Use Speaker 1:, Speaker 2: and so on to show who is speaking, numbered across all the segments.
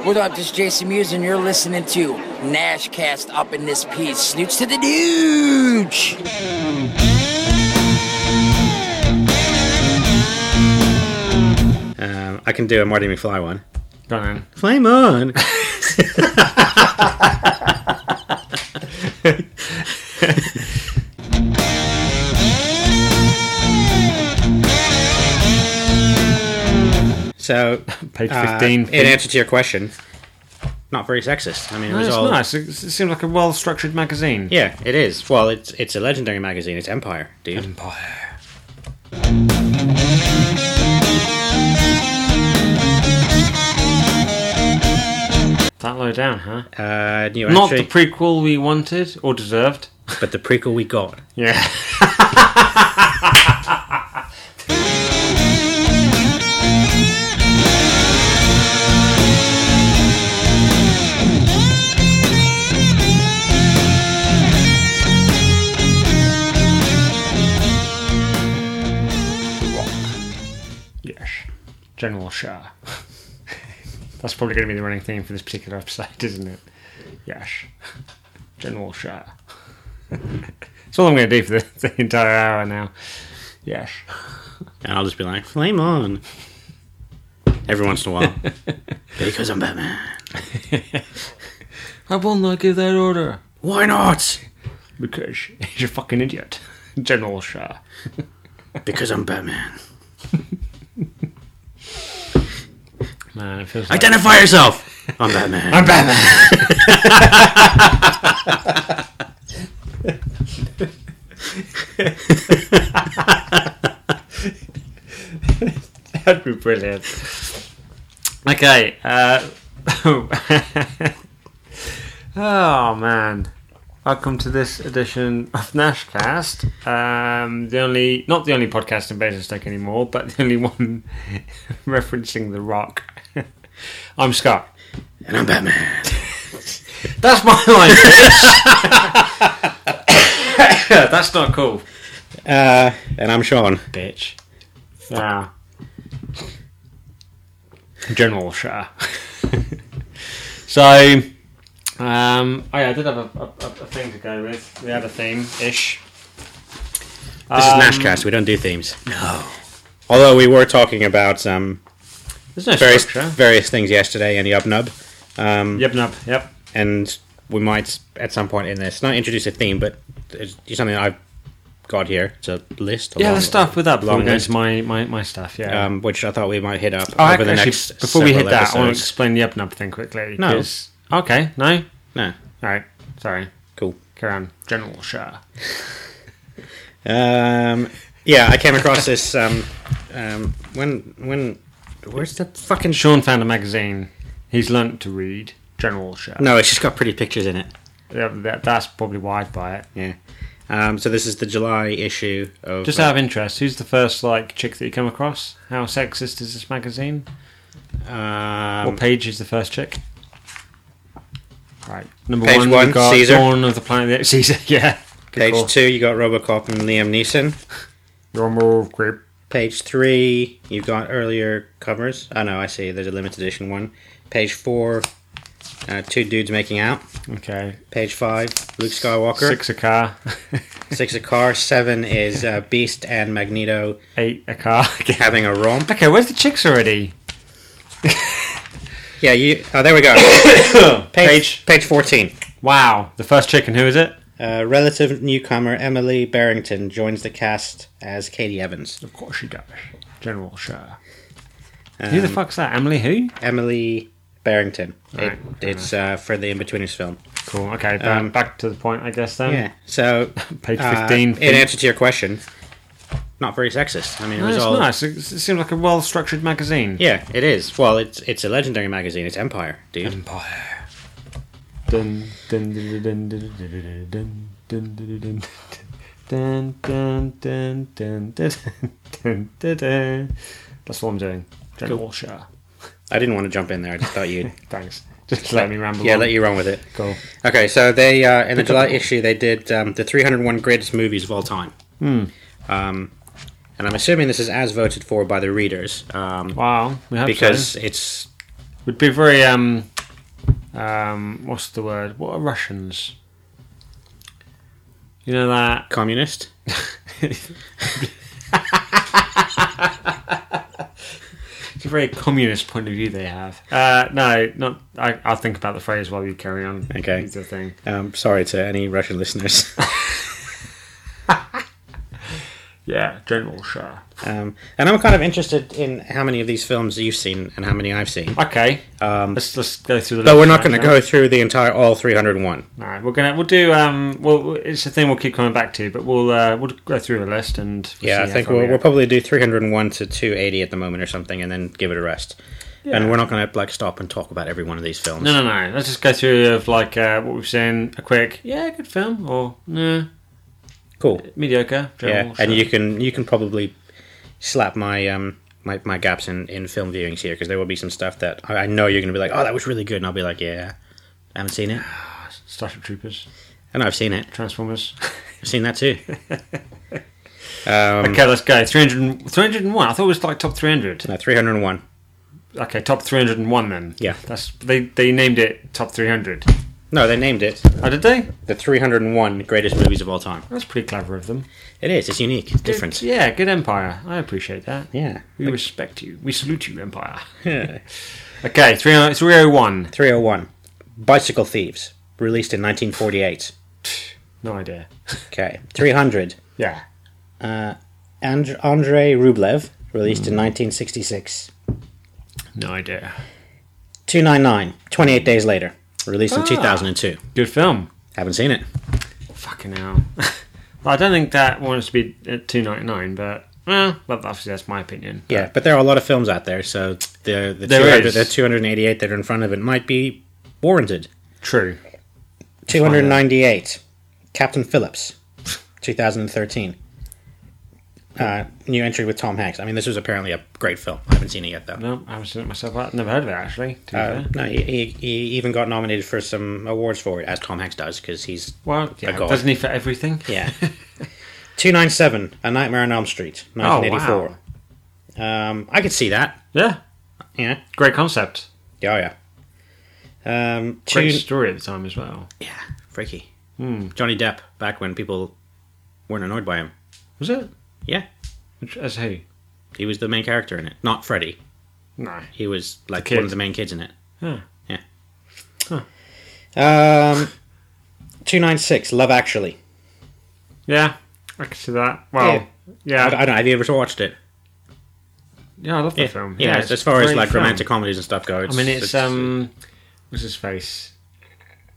Speaker 1: What up? This is Jason Mewes, and you're listening to Nashcast up in this piece. Snoots to the Dooch!
Speaker 2: Um, I can do a Marty McFly one.
Speaker 3: Go on.
Speaker 2: Flame on. so,
Speaker 3: Page
Speaker 2: uh,
Speaker 3: 15.
Speaker 2: in answer to your question, not very sexist. I mean, it
Speaker 3: No,
Speaker 2: was
Speaker 3: it's
Speaker 2: all.
Speaker 3: nice. It, it seemed like a well structured magazine.
Speaker 2: Yeah, it is. Well, it's it's a legendary magazine. It's Empire, dude.
Speaker 3: Empire. That low down, huh?
Speaker 2: Uh, new
Speaker 3: Not
Speaker 2: entry,
Speaker 3: the prequel we wanted or deserved.
Speaker 2: but the prequel we got.
Speaker 3: Yeah. Yes. General Shah. That's probably going to be the running theme for this particular episode, isn't it? Yes. General Shah. That's all I'm going to do for the, the entire hour now. Yes.
Speaker 2: And I'll just be like, flame on. Every once in a while. because I'm Batman.
Speaker 3: I will not give that order.
Speaker 2: Why not?
Speaker 3: Because he's a fucking idiot. General Shah.
Speaker 2: Because I'm Batman.
Speaker 3: Man, it feels like...
Speaker 2: Identify yourself! I'm Batman.
Speaker 3: I'm Batman! That'd be brilliant. Okay. Uh... oh, man. Welcome to this edition of Nashcast. Um, the only, not the only podcast in Basingstoke anymore, but the only one referencing The Rock. I'm Scott.
Speaker 2: and I'm Batman.
Speaker 3: That's my line. bitch. That's not cool,
Speaker 2: Uh, and I'm Sean.
Speaker 3: bitch. Yeah. General Shah. so, um, oh yeah, I did have a, a, a thing to go with. We had a theme ish.
Speaker 2: This is Nashcast, we don't do themes. Um, No. Although we were talking about um,
Speaker 3: There's no
Speaker 2: various,
Speaker 3: structure.
Speaker 2: various things yesterday in the Ubnub. Um,
Speaker 3: Yep, nub, yep.
Speaker 2: And we might, at some point in this, not introduce a theme, but it's something that I've got here. It's a list. a
Speaker 3: Yeah,
Speaker 2: long
Speaker 3: let's start with that before we
Speaker 2: long
Speaker 3: go
Speaker 2: list.
Speaker 3: into my, my, my stuff, yeah.
Speaker 2: um, which I thought we might hit up
Speaker 3: Oh,
Speaker 2: over the
Speaker 3: actually,
Speaker 2: next.
Speaker 3: before we hit
Speaker 2: several
Speaker 3: that, I want to
Speaker 2: episodes.
Speaker 3: explain the Yubnub thing quickly.
Speaker 2: No.
Speaker 3: 'cause- Okay, no?
Speaker 2: no,
Speaker 3: Alright, sorry.
Speaker 2: cool.
Speaker 3: Carry on. General Shah.
Speaker 2: Um, yeah, I came across this. Um, um, when when where's that fucking? Sh-
Speaker 3: Sean found a magazine. He's learnt to read General Shah.
Speaker 2: no, it's just got pretty pictures in it.
Speaker 3: Yeah, that, that's probably why I'd buy it.
Speaker 2: Yeah. Um, so this is the July issue of.
Speaker 3: Just out of interest, who's the first like chick that you come across? How sexist is this magazine?
Speaker 2: um,
Speaker 3: what page is the first chick? Right, number
Speaker 2: Page
Speaker 3: one,
Speaker 2: one,
Speaker 3: we've got
Speaker 2: Caesar.
Speaker 3: Dawn of the Planet of the Apes. Caesar. Yeah, Good
Speaker 2: page
Speaker 3: call.
Speaker 2: two, you got RoboCop and Liam Neeson.
Speaker 3: You're more group.
Speaker 2: Page three, you've got earlier covers. Oh no, I see. There's a limited edition one. Page four, uh, two dudes making out.
Speaker 3: Okay,
Speaker 2: Page five, Luke Skywalker.
Speaker 3: six a car,
Speaker 2: Six a car. Seven is uh, Beast and Magneto
Speaker 3: eight a car.
Speaker 2: having a romp.
Speaker 3: okay, where's the chicks already?
Speaker 2: Yeah, you. Oh, there we go. page page fourteen.
Speaker 3: Wow, the first chick and who is it?
Speaker 2: Uh, relative newcomer Emily Barrington joins the cast as Katie Evans.
Speaker 3: Of course she does. General Shah. who the fuck's that? Emily who?
Speaker 2: Emily Barrington. It,
Speaker 3: Right, fair
Speaker 2: it's uh, for the Inbetweeners film.
Speaker 3: Cool. Okay, back,
Speaker 2: Um,
Speaker 3: back to the point, I guess. Then
Speaker 2: Yeah. So
Speaker 3: Hmm. page
Speaker 2: uh,
Speaker 3: fifteen.
Speaker 2: in answer to your question, not very sexist. I mean, it
Speaker 3: No,
Speaker 2: was
Speaker 3: it's
Speaker 2: all.
Speaker 3: nice. It, it seemed like a well-structured magazine.
Speaker 2: Yeah, it is. Well, it's it's a legendary magazine. It's Empire,
Speaker 3: Hmm.
Speaker 2: dude.
Speaker 3: Empire. Dun, dun, dun, dun, dun, dun, dun, dun, dun, dun, dun, dun, dun, dun, dun, dun, dun, dun. That's what I'm doing. General Shah.
Speaker 2: I didn't want to jump in there. I just thought you'd.
Speaker 3: Thanks. Just let me ramble.
Speaker 2: yeah,
Speaker 3: on.
Speaker 2: let you run with it.
Speaker 3: Cool.
Speaker 2: Okay, so they uh, in the July issue they did um, the 301 greatest movies of all time,
Speaker 3: Hmm.
Speaker 2: um, and I'm assuming this is as voted for by the readers um,
Speaker 3: Wow. We hope
Speaker 2: because
Speaker 3: so.
Speaker 2: it's
Speaker 3: would be very um um, what's the word? What are Russians? You know that
Speaker 2: Communist.
Speaker 3: It's a very communist point of view they have. Uh, no, not. I, I'll think about the phrase while you carry on.
Speaker 2: Okay.
Speaker 3: With your thing.
Speaker 2: Um, sorry to any Russian listeners.
Speaker 3: Yeah, General Shah.
Speaker 2: um, and I'm kind of interested in how many of these films you've seen and how many I've seen.
Speaker 3: Okay. Um, let's let's go through the.
Speaker 2: But we're not
Speaker 3: literature
Speaker 2: going to
Speaker 3: now.
Speaker 2: go through the entire all 301.
Speaker 3: No, we're gonna we'll do. Um, well, it's a thing we'll keep coming back to, but we'll uh, we'll go through a list and we'll
Speaker 2: Yeah,
Speaker 3: see
Speaker 2: I think
Speaker 3: how far
Speaker 2: we'll,
Speaker 3: we
Speaker 2: we'll
Speaker 3: get.
Speaker 2: probably do 301 to 280 at the moment or something, and then give it a rest. And we're not going to like stop and talk about every one of these films.
Speaker 3: No, no, no. Let's just go through of like uh, what we've seen. A quick, yeah, good film or no,
Speaker 2: Cool.
Speaker 3: mediocre. General
Speaker 2: yeah, and
Speaker 3: Shah.
Speaker 2: you can you can probably slap my um my, my gaps in, in film viewings here because there will be some stuff that I, I know you're going to be like, oh, that was really good, and I'll be like, yeah, I haven't seen it,
Speaker 3: Starship Troopers,
Speaker 2: and I've seen it,
Speaker 3: Transformers.
Speaker 2: I've seen that too. um,
Speaker 3: okay, let's go. 300, 301. I thought it was like top three hundred.
Speaker 2: no, 301.
Speaker 3: Okay, top 301 then.
Speaker 2: Yeah.
Speaker 3: That's they they named it top 300.
Speaker 2: No, they named it
Speaker 3: Oh, did they?
Speaker 2: the 301 greatest movies of all time.
Speaker 3: That's pretty clever of them.
Speaker 2: It is. It's unique. It's different.
Speaker 3: Good- yeah, good empire. I appreciate that.
Speaker 2: Yeah.
Speaker 3: We respect you. We salute you, empire.
Speaker 2: Yeah.
Speaker 3: Okay, uh, 300 301.
Speaker 2: 301. Bicycle Thieves, released in 1948.
Speaker 3: No idea.
Speaker 2: Okay. 300.
Speaker 3: Yeah.
Speaker 2: And- Andrei Rublev, released in 1966.
Speaker 3: No idea.
Speaker 2: 299, 28 Days Later, released
Speaker 3: Ah.
Speaker 2: in 2002.
Speaker 3: Good film.
Speaker 2: Haven't seen it.
Speaker 3: Fucking hell. I don't think that wants to be at 299, but well, but obviously that's my opinion.
Speaker 2: Yeah, but there are a lot of films out there, so the, the,
Speaker 3: There
Speaker 2: 200
Speaker 3: is.
Speaker 2: the 288 that are in front of it might be warranted.
Speaker 3: True.
Speaker 2: 298, Captain Phillips, 2013. Uh, new entry with Tom Hanks. I mean, this was apparently a great film. I haven't seen it yet, though.
Speaker 3: No, I haven't seen it myself. I've never heard of it actually. To be
Speaker 2: Uh,
Speaker 3: fair.
Speaker 2: no, he, he, he even got nominated for some awards for it, as Tom Hanks does, because he's
Speaker 3: Well, yeah,
Speaker 2: god.
Speaker 3: doesn't he for everything?
Speaker 2: yeah. Two nine seven, A Nightmare on Elm Street,
Speaker 3: Oh, wow.
Speaker 2: nineteen eighty four. Um, I could see that.
Speaker 3: Yeah.
Speaker 2: Yeah.
Speaker 3: Great concept.
Speaker 2: Yeah. Oh yeah. Um, two.
Speaker 3: Great story at the time as well.
Speaker 2: Yeah. Freaky.
Speaker 3: Hmm.
Speaker 2: Johnny Depp back when people weren't annoyed by him.
Speaker 3: Was it?
Speaker 2: Yeah.
Speaker 3: Which- As who?
Speaker 2: He was the main character in it, not Freddy.
Speaker 3: No.
Speaker 2: He was like
Speaker 3: kid.
Speaker 2: one of the main kids in it.
Speaker 3: Huh.
Speaker 2: Yeah. Um, two nine six, Love Actually.
Speaker 3: Yeah, I can see that. Well,
Speaker 2: I,
Speaker 3: yeah,
Speaker 2: I don't know. Have you ever watched it?
Speaker 3: yeah, I love the film.
Speaker 2: Yeah,
Speaker 3: it's
Speaker 2: as far as
Speaker 3: great
Speaker 2: like
Speaker 3: film.
Speaker 2: romantic comedies and stuff go,
Speaker 3: I
Speaker 2: it's, uh,
Speaker 3: mean, it's um, what's his face?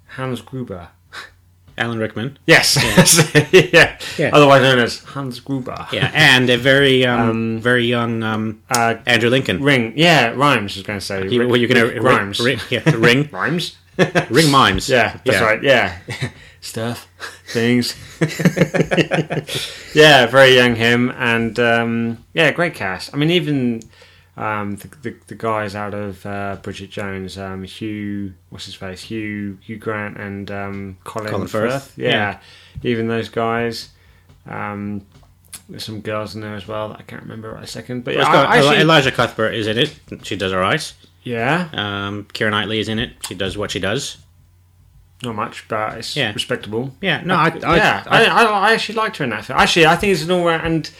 Speaker 3: Hans Gruber.
Speaker 2: Alan Rickman.
Speaker 3: Yes. Yeah.
Speaker 2: Yeah.
Speaker 3: Otherwise known as Hans Gruber.
Speaker 2: Yeah, and a very um, very young um,
Speaker 3: Uh,
Speaker 2: Andrew Lincoln.
Speaker 3: Ring. Yeah, Rhymes. I was going to say.
Speaker 2: You-
Speaker 3: Rick-
Speaker 2: well, you're gonna
Speaker 3: Rick
Speaker 2: ri-
Speaker 3: Rhymes.
Speaker 2: ri- yeah, the ring,
Speaker 3: Rhymes.
Speaker 2: ring mimes.
Speaker 3: Yeah, that's right. Yeah, stuff, things. yeah, very young him, and um, yeah, great cast. I mean, even um, the, the the guys out of uh, Bridget Jones, um, Hugh, what's his face, Hugh Hugh Grant, and um, Colin,
Speaker 2: Colin
Speaker 3: Firth.
Speaker 2: Firth.
Speaker 3: Yeah.
Speaker 2: Yeah.
Speaker 3: even those guys. Um, there's some girls in there as well. that I can't remember right a second, but yeah,
Speaker 2: It's
Speaker 3: I-
Speaker 2: got
Speaker 3: I
Speaker 2: Eli-
Speaker 3: actually-
Speaker 2: Elijah Cuthbert is in it. She does all right.
Speaker 3: yeah,
Speaker 2: Um, Kira Knightley is in it. She does what she does.
Speaker 3: not much, but it's
Speaker 2: Yeah.
Speaker 3: respectable.
Speaker 2: Yeah, no, I, I,
Speaker 3: yeah,
Speaker 2: I,
Speaker 3: I, I, I actually liked her in that film. Actually, I think it's an all round. And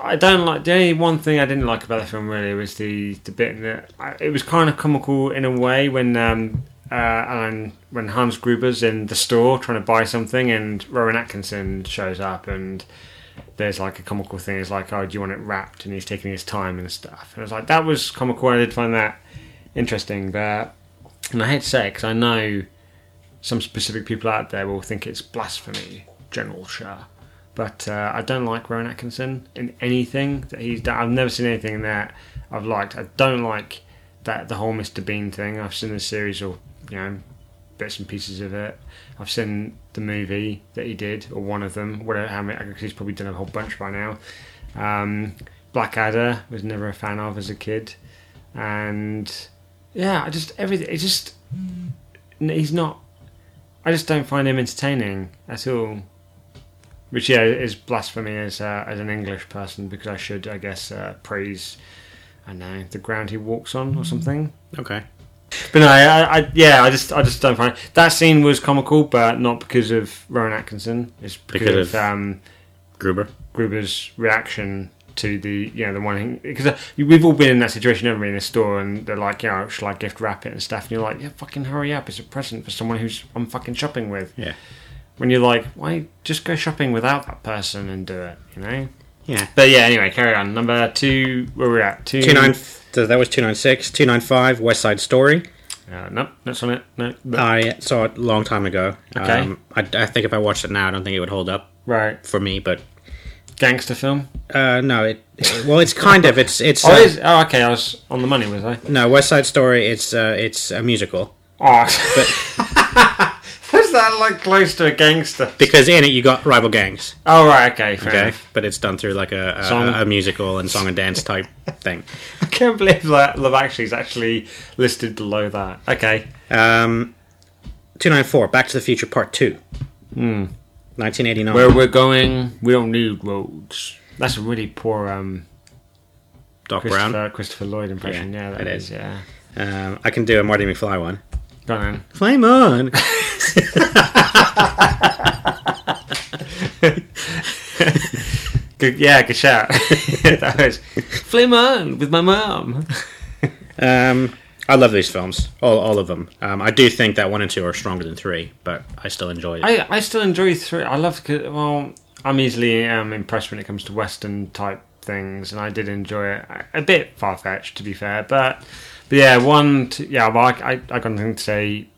Speaker 3: I don't like the only one thing I didn't like about the film really was the the bit in that I- it was kind of comical in a way when um uh Alan when Hans Gruber's in the store trying to buy something and Rowan Atkinson shows up and. There's like a comical thing. It's like, oh, do you want it wrapped? And he's taking his time and stuff. And it's like that was comical. I did find that interesting, but and I hate to say because I know some specific people out there will think it's blasphemy, General Shah. But uh, I don't like Rowan Atkinson in anything that he's done. I've never seen anything in that I've liked. I don't like that the whole Mr. Bean thing. I've seen the series or you know bits and pieces of it. I've seen the movie that he did or one of them. Whatever, how many? 'cause He's probably done a whole bunch by now. Um, Blackadder was never a fan of as a kid, and yeah, I just everything. It just n- he's not I just don't find him entertaining at all. Which yeah is blasphemy as uh, as an English person because I should I guess uh, praise I don't know the ground he walks on or something.
Speaker 2: okay.
Speaker 3: But no, I, I, yeah, I just, I just don't find that scene was comical, but not because of Rowan Atkinson. It's because,
Speaker 4: Because of-
Speaker 3: of um,
Speaker 4: Gruber.
Speaker 3: Gruber's reaction to the, you know, the one because we've all been in that situation, haven't we, in a store, and they're like, you know, shall I gift wrap it and stuff? And you're like, yeah, fucking hurry up! It's a present for someone who's I'm fucking shopping with.
Speaker 4: Yeah.
Speaker 3: When you're like, why just go shopping without that person and do it, you know?
Speaker 2: Yeah.
Speaker 3: But yeah, anyway, carry on. Number two, where we're at two.
Speaker 2: Two nine. So that was two nine six, two nine five. West Side Story.
Speaker 3: Uh, nope, that's on it. No, no.
Speaker 2: I saw it a long time ago. Um,
Speaker 3: Okay.
Speaker 2: I, I think if I watched it now, I don't think it would hold up
Speaker 3: right,
Speaker 2: for me. But
Speaker 3: gangster film.
Speaker 2: uh, no, it, it- Well, it's kind of. It's it's.
Speaker 3: Oh,
Speaker 2: uh,
Speaker 3: is, oh, okay. I was on the money, was I?
Speaker 2: no, West Side Story. It's uh, it's a musical
Speaker 3: Oh, but was that like close to a gangster?
Speaker 2: because in it you got rival gangs.
Speaker 3: Oh, right. Okay. Fair
Speaker 2: Okay,
Speaker 3: Enough.
Speaker 2: but it's done through like a a,
Speaker 3: Song.
Speaker 2: a musical and song and dance type thing.
Speaker 3: I can't believe that Love Actually is actually listed below that. Okay.
Speaker 2: Um, two nine four. Back to the Future Part Two. Nineteen eighty nine.
Speaker 3: Hmm. Where we're going, we don't need roads. That's a really poor um,
Speaker 2: Doc
Speaker 3: Christopher,
Speaker 2: Brown.
Speaker 3: Christopher Lloyd impression.
Speaker 2: Yeah,
Speaker 3: Yeah, that
Speaker 2: it
Speaker 3: is.
Speaker 2: is.
Speaker 3: Yeah.
Speaker 2: Um, I can do a Marty McFly one.
Speaker 3: Go on. Then.
Speaker 2: Flame on.
Speaker 3: Good, yeah, good shout. that was Flim on with my mum.
Speaker 2: Um, I love these films, all, all of them. Um, I do think that one and two are stronger than three, but I still enjoy it.
Speaker 3: I, I still enjoy three. I love 'cause- well, I'm easily um, impressed when it comes to Western type things, and I did enjoy it a a bit far fetched to be fair, but but yeah, one two, yeah, well, I I, I got nothing to say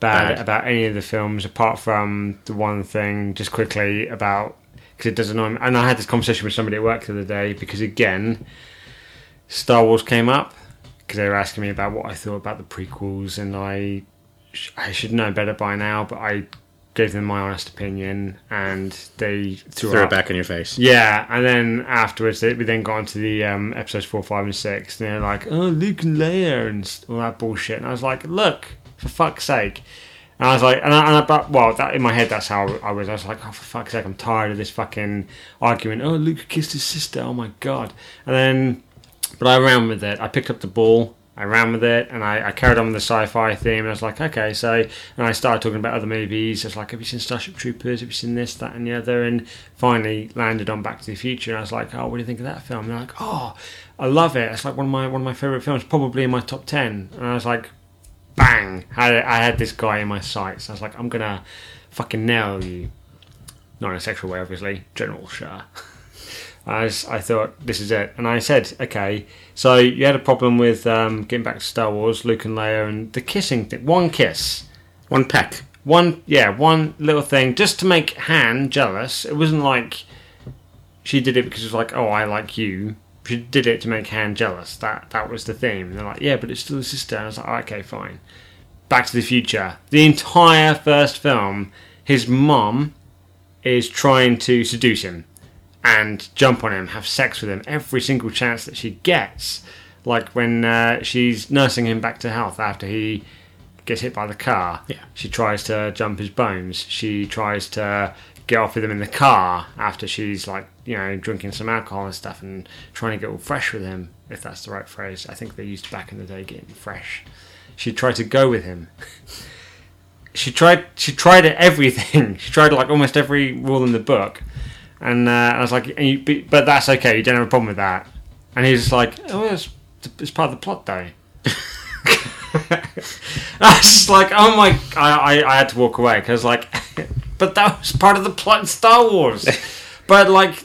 Speaker 3: bad,
Speaker 2: Bad.
Speaker 3: about any of the films apart from the one thing just quickly about because it does annoy me. And I had this conversation with somebody at work the other day because again, Star Wars came up because they were asking me about what I thought about the prequels, and I sh- I should know better by now, but I gave them my honest opinion, and they threw,
Speaker 2: Throw
Speaker 3: out-
Speaker 2: it back in your face.
Speaker 3: Yeah, and then afterwards, they, we then got onto the um, episodes four, five, and six, and they're like, "Oh, Luke and Leia and s- all that bullshit," and I was like, "Look, for fuck's sake." And I was like, and I, and I but, well, that, in my head, that's how I was. I was like, oh, for fuck's sake, I'm tired of this fucking argument. Oh, Luke kissed his sister. Oh my god. And then but I ran with it. I picked up the ball. I ran with it, and I, I carried on with the sci-fi theme. And I was like, okay, so, and I started talking about other movies. I was like, have you seen Starship Troopers? Have you seen this, that, and the other? And finally landed on Back to the Future. And I was like, oh, what do you think of that film? And they're like, oh, I love it. It's like one of my one of my favorite films, probably in my top ten. And I was like, bang! I, I had this guy in my sights. I was like, I'm gonna fucking nail you. Not in a sexual way, obviously. General Shah. I, s- I thought this is it, and I said, okay. So you had a problem with um, getting back to Star Wars, Luke and Leia, and the kissing thing. One kiss,
Speaker 2: One peck.
Speaker 3: one yeah, one little thing, just to make Han jealous. It wasn't like she did it because it was like, oh, I like you. She did it to make Han jealous. That that was the theme. And they're like, yeah, but it's still his sister. And I was like, oh, okay, fine. Back to the Future. The entire first film, his mom is trying to seduce him and jump on him, have sex with him every single chance that she gets. Like when uh, she's nursing him back to health after he gets hit by the car.
Speaker 2: Yeah.
Speaker 3: She tries to jump his bones. She tries to get off with him in the car after she's like, you know, drinking some alcohol and stuff and trying to get all fresh with him, if that's the right phrase. I think they used back in the day getting fresh. She tried to go with him she tried she tried at everything. She tried like almost every rule in the book, and uh, I was like, and you, but- but that's okay. You don't have a problem with that. And he was just like, oh, it's, it's part of the plot though. I was just like, oh my! I, I, I had to walk away because like, but that was part of the plot in Star Wars. but like,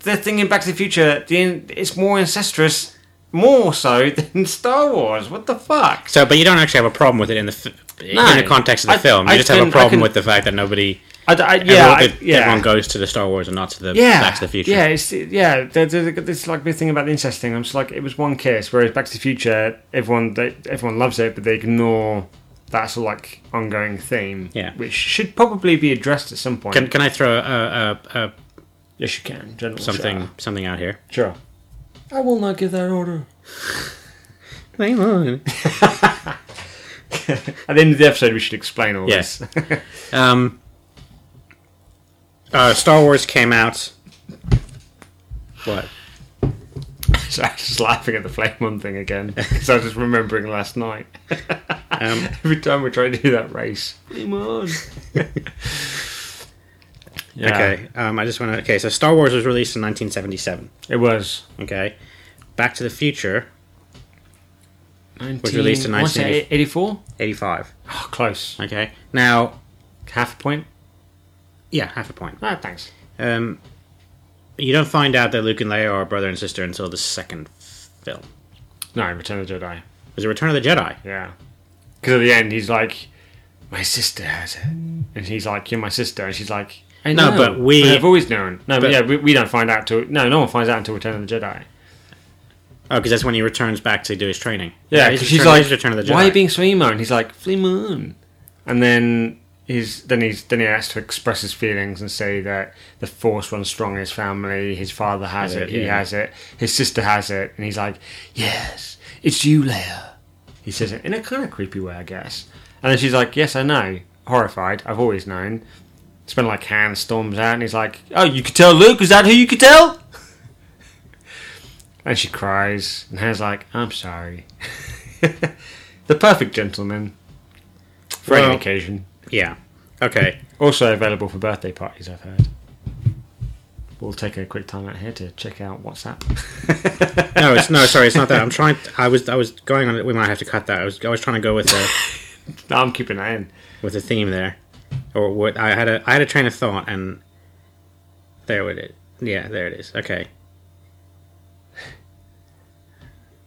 Speaker 3: the thing in Back to the Future, the in- it's more incestuous, more so than Star Wars. What the fuck?
Speaker 2: So, but you don't actually have a problem with it in the f-
Speaker 3: No.
Speaker 2: in the context of the
Speaker 3: I-
Speaker 2: film. You
Speaker 3: I
Speaker 2: just
Speaker 3: can-
Speaker 2: have
Speaker 3: I
Speaker 2: a problem
Speaker 3: can-
Speaker 2: with the fact that nobody,
Speaker 3: I, d- I- yeah,
Speaker 2: yeah,
Speaker 3: I-
Speaker 2: everyone,
Speaker 3: yeah.
Speaker 2: everyone goes to the Star Wars and not to the
Speaker 3: yeah,
Speaker 2: Back to the Future.
Speaker 3: Yeah, it's yeah. There's, this like big thing about the incest thing. I'm just like, it was one kiss. Whereas Back to the Future, everyone they, everyone loves it, but they ignore that sort of like ongoing theme.
Speaker 2: Yeah.
Speaker 3: which should probably be addressed at some point.
Speaker 2: Can, can I throw a, a, a,
Speaker 3: yes, you can. General
Speaker 2: something
Speaker 3: Shah.
Speaker 2: something out here?
Speaker 3: Sure. I will not give that order.
Speaker 2: Flame on.
Speaker 3: At the end of the episode, we should explain all
Speaker 2: Yes.
Speaker 3: this.
Speaker 2: Um, uh, Star Wars came out. What?
Speaker 3: Sorry, I was just laughing at the flame one thing again because I was just remembering last night.
Speaker 2: Um,
Speaker 3: Every time we try to do that race, flame on. yeah,
Speaker 2: Okay, um, I just want to. Okay, so Star Wars was released in 1977.
Speaker 3: it was.
Speaker 2: Okay, Back to the Future
Speaker 3: 19,
Speaker 2: released in
Speaker 3: what's that,
Speaker 2: 1980.
Speaker 3: 84?
Speaker 2: 85.
Speaker 3: Oh, close.
Speaker 2: Okay, now
Speaker 3: Half a point.
Speaker 2: yeah, half a point.
Speaker 3: Ah, thanks.
Speaker 2: Um, you don't find out that Luke and Leia are brother and sister until the second film.
Speaker 3: No, Return of the Jedi.
Speaker 2: It was a Return of the Jedi.
Speaker 3: Yeah. Because at the end, he's like, my sister has it. And he's like, you're my sister. And she's like, I
Speaker 2: No,
Speaker 3: know.
Speaker 2: but we-
Speaker 3: I've always known. No, but,
Speaker 2: but-
Speaker 3: yeah, we, we don't find out till. No, no one finds out until Return of the Jedi.
Speaker 2: Oh, because that's when he returns back to do his training.
Speaker 3: Yeah,
Speaker 2: he's
Speaker 3: because she's
Speaker 2: return-
Speaker 3: like,
Speaker 2: he's Return of the Jedi.
Speaker 3: why are you being so emo? And he's like, Flea Moon. And then he's then he's then he has to express his feelings and say that the force runs strong in his family. His father has
Speaker 2: Has
Speaker 3: it,
Speaker 2: it,
Speaker 3: he
Speaker 2: yeah.
Speaker 3: has it, his sister has it, and he's like, yes, it's you, Leia. He says it in a kind of creepy way, I guess. And then she's like, yes, I know. Horrified, I've always known. It's been like hand storms out, and he's like, oh, you could tell Luke. Is that who you could tell? And she cries, and Han's like, I'm sorry. the perfect gentleman for any
Speaker 2: Well-
Speaker 3: occasion.
Speaker 2: yeah. Okay.
Speaker 3: Also available for birthday parties, I've heard. We'll take a quick time out here to check out WhatsApp.
Speaker 2: No, it's no. Sorry, it's not that. I'm trying. I was. I was going on. We might have to cut that. I was. I was trying to go with a
Speaker 3: No, I'm keeping that in.
Speaker 2: with a theme there, or what? I had a. I had a train of thought, and there it is. Yeah, there it is. Okay.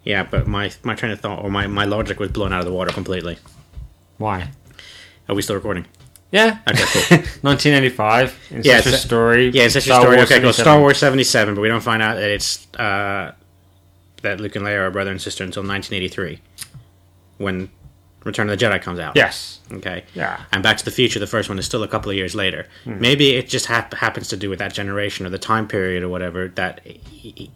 Speaker 2: Yeah, but my my train of thought or my, my logic was blown out of the water completely.
Speaker 3: Why?
Speaker 2: Are we still recording?
Speaker 3: Yeah.
Speaker 2: Okay, cool.
Speaker 3: 1985. In
Speaker 2: Yeah,
Speaker 3: such a
Speaker 2: it's a-
Speaker 3: story.
Speaker 2: yeah, it's actually a story.
Speaker 3: Wars
Speaker 2: okay, cool.
Speaker 3: 77.
Speaker 2: Star Wars seventy seven, but we don't find out that it's uh, that Luke and Leia are brother and sister until nineteen eighty three, when Return of the Jedi comes out.
Speaker 3: Yes.
Speaker 2: Okay.
Speaker 3: Yeah. Hmm.
Speaker 2: And Back to the Future, the first one, is still a couple of years later. Maybe it just hap- happens to do with that generation or the time period or whatever that i- i-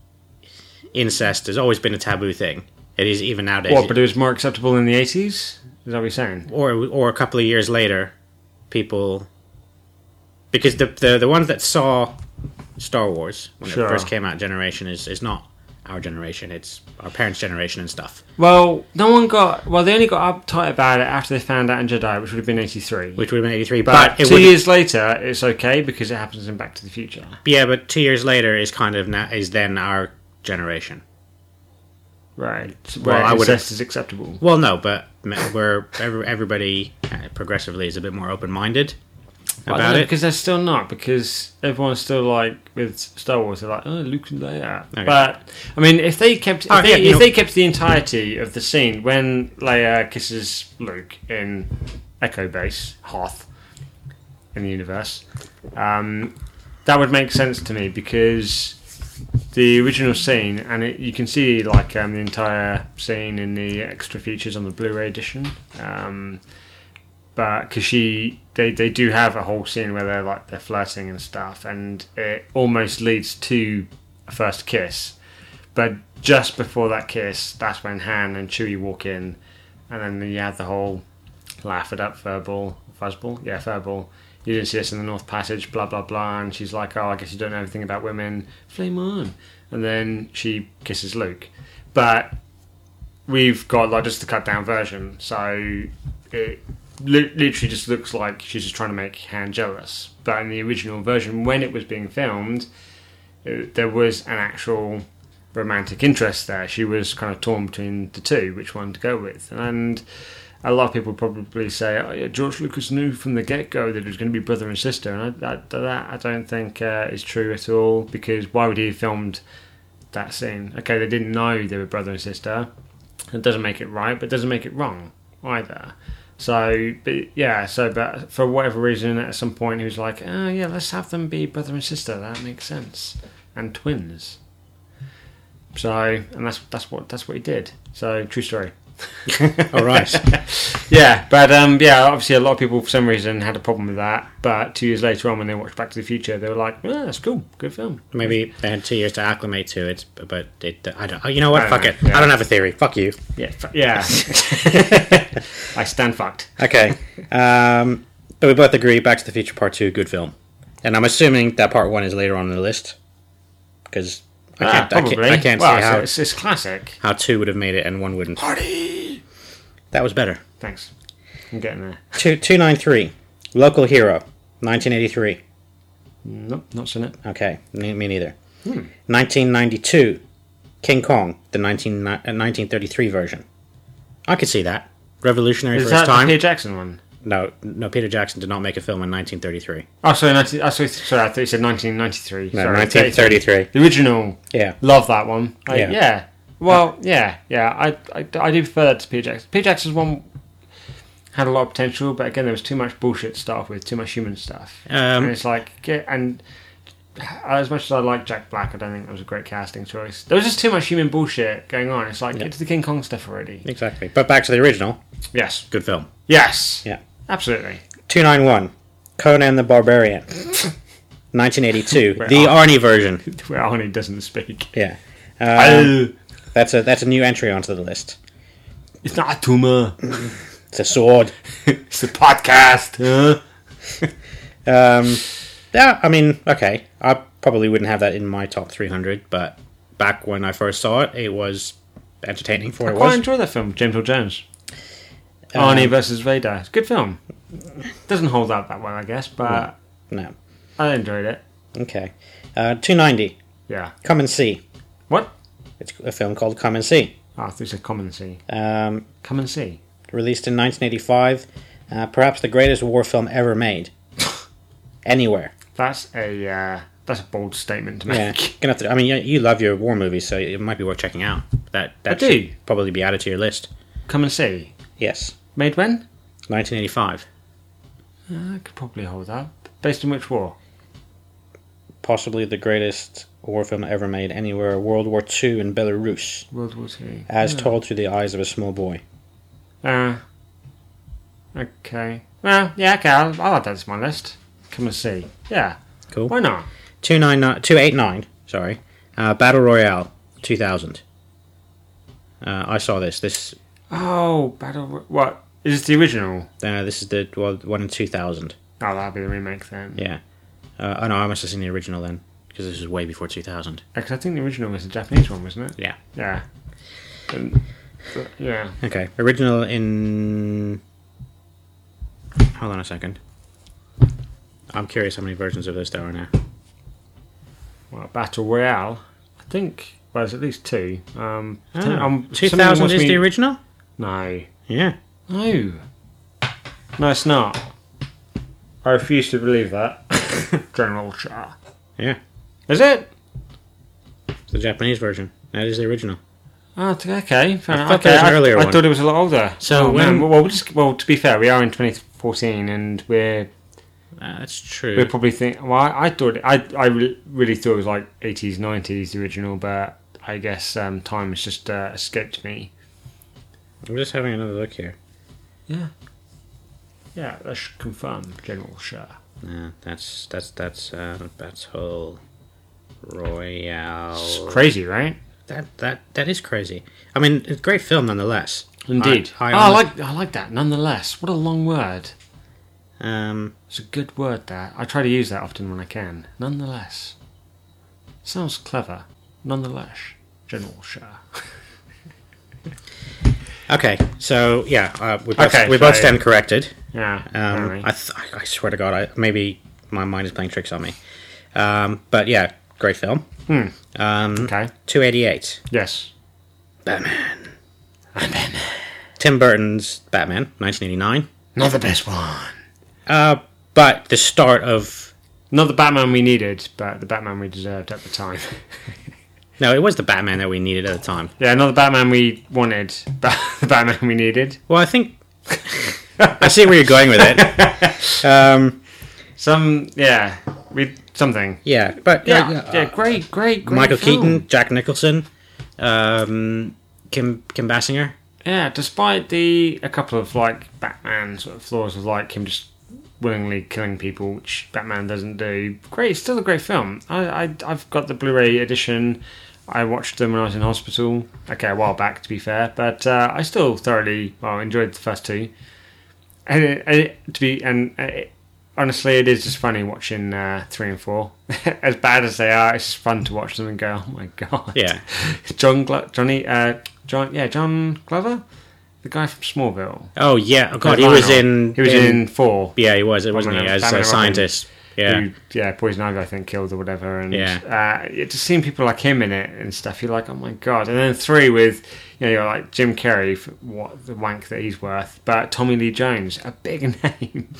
Speaker 2: incest has always been a taboo thing. It is even nowadays.
Speaker 3: What, but it was more acceptable in the 80s? Is that what you're saying?
Speaker 2: or or a couple of years later, people because the the, the ones that saw Star Wars when
Speaker 3: Sure.
Speaker 2: it first came out, generation is is not our generation. It's our parents' generation and stuff.
Speaker 3: Mm. Well, no one got. Well, they only got uptight about it after they found out in Jedi, which would have been 83.
Speaker 2: Which would have been eighty three,
Speaker 3: But
Speaker 2: but, it
Speaker 3: two
Speaker 2: would
Speaker 3: years later, it's okay because it happens in Back to the Future.
Speaker 2: yeah, but two years later is kind of now is then our generation.
Speaker 3: Right. Where
Speaker 2: Well, I would-
Speaker 3: incest is acceptable.
Speaker 2: Well, no, but where every, everybody uh, progressively is a bit more open minded about it.
Speaker 3: Because they're still not, because everyone's still like, with Star Wars, they're like, oh, Luke and Leia. But, I mean, if they kept if,
Speaker 2: Oh,
Speaker 3: they,
Speaker 2: yeah, you
Speaker 3: if
Speaker 2: know-
Speaker 3: they kept the entirety of the scene when Leia kisses Luke in Echo Base, Hoth, in the universe, um, that would make sense to me because the original scene, and it, you can see like um, the entire scene in the extra features on the Blu-ray edition. Um, but because she, they, they do have a whole scene where they're like they're flirting and stuff, and it almost leads to a first kiss. But just before that kiss, that's when Han and Chewie walk in, and then you have the whole laugh it up, furball, fuzzball, yeah, furball. You didn't see us in the North Passage, blah blah blah. And she's like, oh, I guess you don't know anything about women. Flame on. And then she kisses Luke, but we've got like just the cut down version, so it li- literally just looks like she's just trying to make Han jealous. But in the original version, when it was being filmed, it, there was an actual romantic interest there. She was kind of torn between the two, which one to go with, and. A lot of people probably say, "Oh yeah, George Lucas knew from the get-go that it was going to be brother and sister," and I, I, that I don't think uh, is true at all. Because why would he have filmed that scene? Okay, they didn't know they were brother and sister, it doesn't make it right, but it doesn't make it wrong either. So, but yeah, so but for whatever reason, at some point he was like, "Oh yeah, let's have them be brother and sister. That makes sense, and twins." So, and that's that's what that's what he did. So, true story.
Speaker 2: All right.
Speaker 3: Yeah, but um, yeah, obviously a lot of people for some reason had a problem with that. But two years later on, when they watched Back to the Future, they were like, "Yeah, that's cool, good film."
Speaker 2: Maybe they had two years to acclimate to it, but- but it, I don't. You know what?
Speaker 3: I don't
Speaker 2: Fuck it.
Speaker 3: know. Yeah.
Speaker 2: I don't have a theory. Fuck you.
Speaker 3: Yeah, fu- yeah. I stand fucked.
Speaker 2: Okay. um, but we both agree Back to the Future Part 2, good film. And I'm assuming that Part 1 is later on in the list. Because I can't, I
Speaker 3: Ah, probably.
Speaker 2: can't, I can't
Speaker 3: well,
Speaker 2: say
Speaker 3: it's,
Speaker 2: how,
Speaker 3: it's, it's classic.
Speaker 2: how two would have made it and one wouldn't.
Speaker 1: Party!
Speaker 2: That was better.
Speaker 3: Thanks. I'm getting there.
Speaker 2: Two, 293, Local Hero, 1983.
Speaker 3: Nope, not seen it.
Speaker 2: Okay, me, me neither.
Speaker 3: Hmm.
Speaker 2: 1992, King Kong, the 19, uh, 1933 version. I could see that. Revolutionary
Speaker 3: Is
Speaker 2: for its
Speaker 3: that
Speaker 2: time.
Speaker 3: the Peter Jackson one?
Speaker 2: No, no, Peter Jackson did not make a film in 1933.
Speaker 3: Oh, sorry, 19, oh, sorry, sorry, I thought you said 1993.
Speaker 2: No,
Speaker 3: sorry,
Speaker 2: 1933.
Speaker 3: The original.
Speaker 2: Yeah.
Speaker 3: Love that one. I,
Speaker 2: Yeah.
Speaker 3: yeah. Well, yeah, yeah. I, I, I do prefer that to Peter Jackson. Peter Jackson's one had a lot of potential, but again, there was too much bullshit to start with, too much human stuff.
Speaker 2: Um,
Speaker 3: and it's like, yeah, and as much as I like Jack Black, I don't think that was a great casting choice. There was just too much human bullshit going on. It's like, get to the King Kong stuff already.
Speaker 2: Exactly. But back to the original.
Speaker 3: Yes.
Speaker 2: Good film.
Speaker 3: Yes.
Speaker 2: Yeah.
Speaker 3: Absolutely.
Speaker 2: 291, Conan the Barbarian. 1982, the Arnie version.
Speaker 3: Where Arnie doesn't speak.
Speaker 2: Yeah. Um,
Speaker 3: Oh,
Speaker 2: That's a that's a new entry onto the list.
Speaker 3: it's not a tumor.
Speaker 2: It's a sword.
Speaker 3: It's a podcast. Huh?
Speaker 2: Yeah, I mean, okay. I probably wouldn't have that in my top 300, but back when I first saw it, it was entertaining for what it
Speaker 3: Quite
Speaker 2: was.
Speaker 3: enjoy that film, James Earl Jones.
Speaker 2: Um,
Speaker 3: Arnie versus Vader. It's a good film. Doesn't hold up that well, I guess, but
Speaker 2: No.
Speaker 3: I enjoyed it.
Speaker 2: Okay. Uh, 290,
Speaker 3: Yeah.
Speaker 2: Come and See.
Speaker 3: What?
Speaker 2: It's a film called Come and See.
Speaker 3: Ah, oh, there's a come and see.
Speaker 2: Um,
Speaker 3: Come and see.
Speaker 2: released in 1985, uh, perhaps the greatest war film ever made. Anywhere.
Speaker 3: That's a uh, that's a bold statement to
Speaker 2: Yeah,
Speaker 3: make.
Speaker 2: gonna have to. I mean, you, you love your war movies, so it might be worth checking out. That that
Speaker 3: I
Speaker 2: should
Speaker 3: do.
Speaker 2: probably be added to your list.
Speaker 3: Come and see.
Speaker 2: Yes,
Speaker 3: Made when?
Speaker 2: 1985,
Speaker 3: Uh, could probably hold up. Based on which war?
Speaker 2: possibly the greatest war film ever made anywhere. World War II in Belarus,
Speaker 3: World War Two.
Speaker 2: as told through the eyes of a small boy.
Speaker 3: Uh, okay. Well, yeah, okay. I'll, I'll add that to my list. Come and see. Yeah.
Speaker 2: Cool.
Speaker 3: Why not?
Speaker 2: Two nine nine two eight nine. Sorry, uh, Battle Royale 2000. Uh, I saw this. This
Speaker 3: Oh, battle. Ro- What is this? The original?
Speaker 2: uh, this is the well, one in 2000.
Speaker 3: Oh, that'll be the remake then.
Speaker 2: Yeah. Uh, oh no, I must have seen the original then, because this was way before 2000.
Speaker 3: Because I think the original was the Japanese one, wasn't it?
Speaker 2: Yeah.
Speaker 3: Yeah. And- but, yeah.
Speaker 2: Okay, original in. Hold on a second. I'm curious how many versions of this there are now.
Speaker 3: Well, Battle Royale. I think. Well, there's at least two. Um, I don't know, um,
Speaker 2: Ah, Two
Speaker 3: somebody
Speaker 2: thousand
Speaker 3: wants
Speaker 2: is
Speaker 3: me-
Speaker 2: the original.
Speaker 3: No.
Speaker 2: Yeah.
Speaker 3: No. No, it's not. I refuse to believe that. General Cha.
Speaker 2: Yeah,
Speaker 3: Is it?
Speaker 2: it's the Japanese version. That is the original.
Speaker 3: Oh, t- okay. Fair enough.
Speaker 2: thought
Speaker 3: Okay,
Speaker 2: there was an
Speaker 3: I,
Speaker 2: earlier
Speaker 3: I
Speaker 2: one.
Speaker 3: thought it was a lot older.
Speaker 2: So
Speaker 3: Oh,
Speaker 2: when-
Speaker 3: man. well, we'll just, well, to be fair, we are in 2014, and we're Ah,
Speaker 2: Uh, that's true.
Speaker 3: we probably think. Well, I, I thought it, I I re- really thought it was like 80s, 90s the original, but I guess um, time has just uh, escaped me.
Speaker 2: I'm just having another look here.
Speaker 3: Yeah, let's confirm General Shah.
Speaker 2: Uh, that's that's that's uh, Battle Royale.
Speaker 3: It's crazy, right?
Speaker 2: That that that is crazy. I mean, it's a great film nonetheless.
Speaker 3: Indeed.
Speaker 2: I, I
Speaker 3: oh, I
Speaker 2: honest-
Speaker 3: like I like that. Nonetheless, what a long word.
Speaker 2: Um,
Speaker 3: It's a good word that I try to use that often when I can. Nonetheless, sounds clever. Nonetheless, General Shah.
Speaker 2: okay, so yeah, uh, we both,
Speaker 3: Okay,
Speaker 2: we both
Speaker 3: so-
Speaker 2: stand corrected.
Speaker 3: Yeah.
Speaker 2: Um,
Speaker 3: alright.
Speaker 2: I, th- I swear to God, I, maybe my mind is playing tricks on me. Um, but yeah, great film. Um,
Speaker 3: okay.
Speaker 2: 288,
Speaker 3: Yes.
Speaker 2: Batman. Tim Burton's Batman, 1989.
Speaker 3: Not the best one.
Speaker 2: Uh, but the start of.
Speaker 3: Not the Batman we needed, but the Batman we deserved at the time.
Speaker 2: No, it was the Batman that we needed at the time.
Speaker 3: yeah, not the Batman we wanted, but the Batman we needed.
Speaker 2: Well, I think. I see where you're going with it. Um,
Speaker 3: Some, yeah, we something.
Speaker 2: yeah, but.
Speaker 3: Yeah,
Speaker 2: uh,
Speaker 3: yeah, great, great, great.
Speaker 2: Michael
Speaker 3: film.
Speaker 2: Keaton, Jack Nicholson, um, Kim, Kim Bassinger.
Speaker 3: Yeah, despite the a couple of like Batman sort of flaws of like him just willingly killing people, which Batman doesn't do. Great, it's still a great film. I, I I've got the Blu-ray edition. I watched them when I was in hospital. Okay, a while back to be fair, but uh, I still thoroughly well enjoyed the first two. And it, and it- to be and uh, it, honestly, it is just funny watching uh, three and four. as bad as they are, it's just fun to watch them and go, "Oh my god!"
Speaker 2: Yeah.
Speaker 3: John Glo- Johnny uh, John yeah John Glover, the guy from Smallville.
Speaker 2: Oh yeah. Oh god, he was in.
Speaker 3: He was in, four.
Speaker 2: Yeah, he was. It wasn't he
Speaker 3: Batman-
Speaker 2: as
Speaker 3: Batman
Speaker 2: a
Speaker 3: Robin.
Speaker 2: scientist. Yeah.
Speaker 3: Who, yeah, Poison Ivy, I think, killed or whatever. And
Speaker 2: Yeah.
Speaker 3: uh, yeah, just seeing people like him in it and stuff, you're like, oh my god. And then three with, you know, you're like Jim Carrey, for what the wank that he's worth, but Tommy Lee Jones, a big name.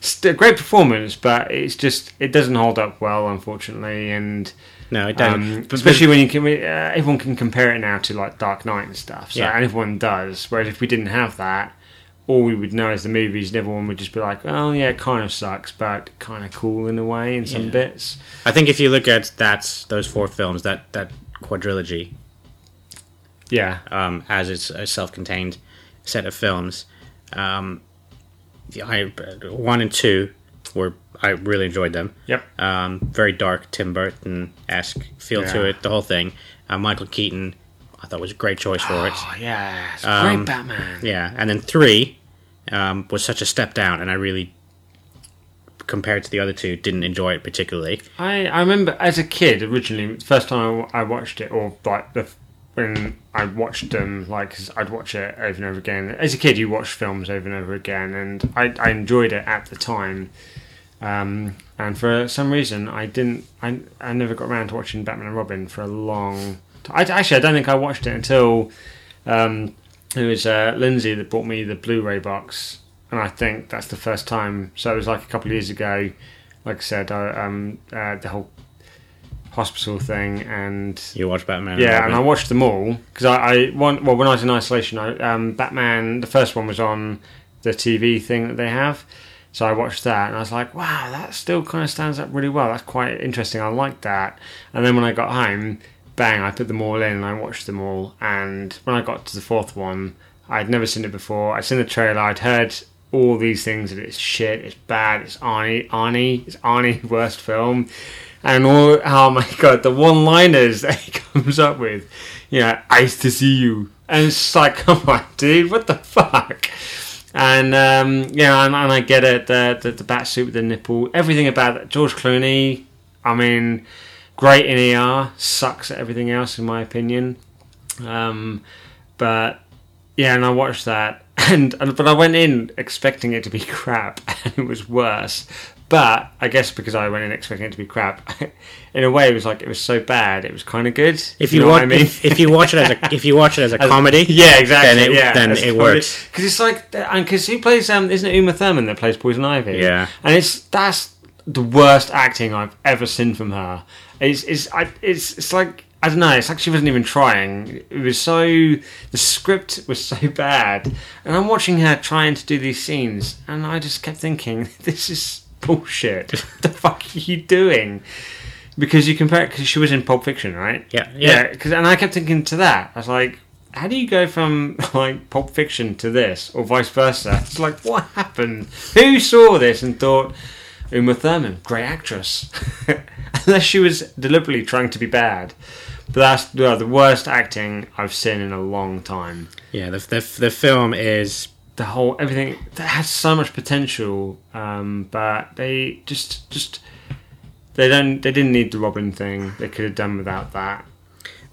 Speaker 3: Still, great performance, but it's just, it doesn't hold up well, unfortunately. And
Speaker 2: No, it doesn't.
Speaker 3: um,
Speaker 2: But- but-
Speaker 3: especially when you can, uh, everyone can compare it now to like Dark Knight and stuff. So
Speaker 2: Yeah.
Speaker 3: and everyone does. Whereas if we didn't have that, all we would know is the movies, and everyone would just be like, "Oh yeah, it kind of sucks, but kind of cool in a way in some
Speaker 2: Yeah.
Speaker 3: bits."
Speaker 2: I think if you look at that's those four films, that that quadrilogy,
Speaker 3: Yeah,
Speaker 2: um, as its a self-contained set of films, um, the- I one and two were I really enjoyed them.
Speaker 3: Yep.
Speaker 2: Um, very dark Tim Burton esque feel to
Speaker 3: Yeah.
Speaker 2: it, the whole thing. Uh, Michael Keaton, I thought was a great choice for it.
Speaker 3: oh yeah, it's
Speaker 2: Um,
Speaker 3: great Batman.
Speaker 2: Yeah, and then three um, was such a step down, and I really, compared to the other two, didn't enjoy it particularly.
Speaker 3: I I remember as a kid originally, the first time I wa- I, watched it, or like the. f- When I watched them, like 'cause I'd watch it over and over again. As a kid, you watch films over and over again, and I, I enjoyed it at the time. Um, and for some reason, I didn't. I, I never got around to watching Batman and Robin for a long time. I, actually, I don't think I watched it until um, it was uh, Lindsay that bought me the Blu-ray box, and I think that's the first time. So it was like a couple of years ago. Like I said, I, um, uh, the whole hospital thing and
Speaker 2: You watch Batman? and
Speaker 3: yeah,
Speaker 2: Robin.
Speaker 3: and I watched them all because I, I one, well when I was in isolation, I, um, Batman the first one was on the TV thing that they have, so I watched that and I was like, wow, that still kind of stands up really well. That's quite interesting. I like that. And then when I got home, bang, I put them all in and I watched them all. And when I got to the fourth one, I'd never seen it before. I'd seen the trailer. I'd heard all these things that it's shit, it's bad, it's Arnie, Arnie, it's Arnie worst film, and all. Oh my god, the one-liners that he comes up with, you know, nice to see you, and it's just like, come on, dude, what the fuck? And um, yeah, and, and I get it. The, the the bat suit with the nipple, everything about it. George Clooney. I mean, great in ER, sucks at everything else, in my opinion. Um, but yeah, and I watched that, and, and but I went in expecting it to be crap, and it was worse. But I guess because I went in expecting it to be crap, in a way it was like it was so bad, it was kind of good.
Speaker 2: If you,
Speaker 3: know
Speaker 2: watch,
Speaker 3: what I mean?
Speaker 2: if, if you watch it as a if you watch it as a comedy,
Speaker 3: Yeah, exactly.
Speaker 2: Then it,
Speaker 3: yeah,
Speaker 2: then it works.
Speaker 3: because it's like and because he plays um isn't it Uma Thurman that plays Poison Ivy?
Speaker 2: Yeah.
Speaker 3: and it's that's the worst acting I've ever seen from her. It's it's I, it's it's like. I don't know. It's like she wasn't even trying. It was so the script was so bad, and I'm watching her trying to do these scenes, and I just kept thinking, "This is bullshit. What the fuck are you doing?" Because you compare because she was in Pulp Fiction, right?
Speaker 2: Yeah, yeah.
Speaker 3: yeah. Because and I kept thinking to that, I was like, how do you go from like Pulp Fiction to this, or vice versa? It's like, what happened? Who saw this and thought Uma Thurman, great actress, unless she was deliberately trying to be bad. But that's well, the worst acting I've seen in a long time.
Speaker 2: Yeah, the, the the film is
Speaker 3: The whole everything that has so much potential, um, but they just just they don't they didn't need the Robin thing. They could have done without that.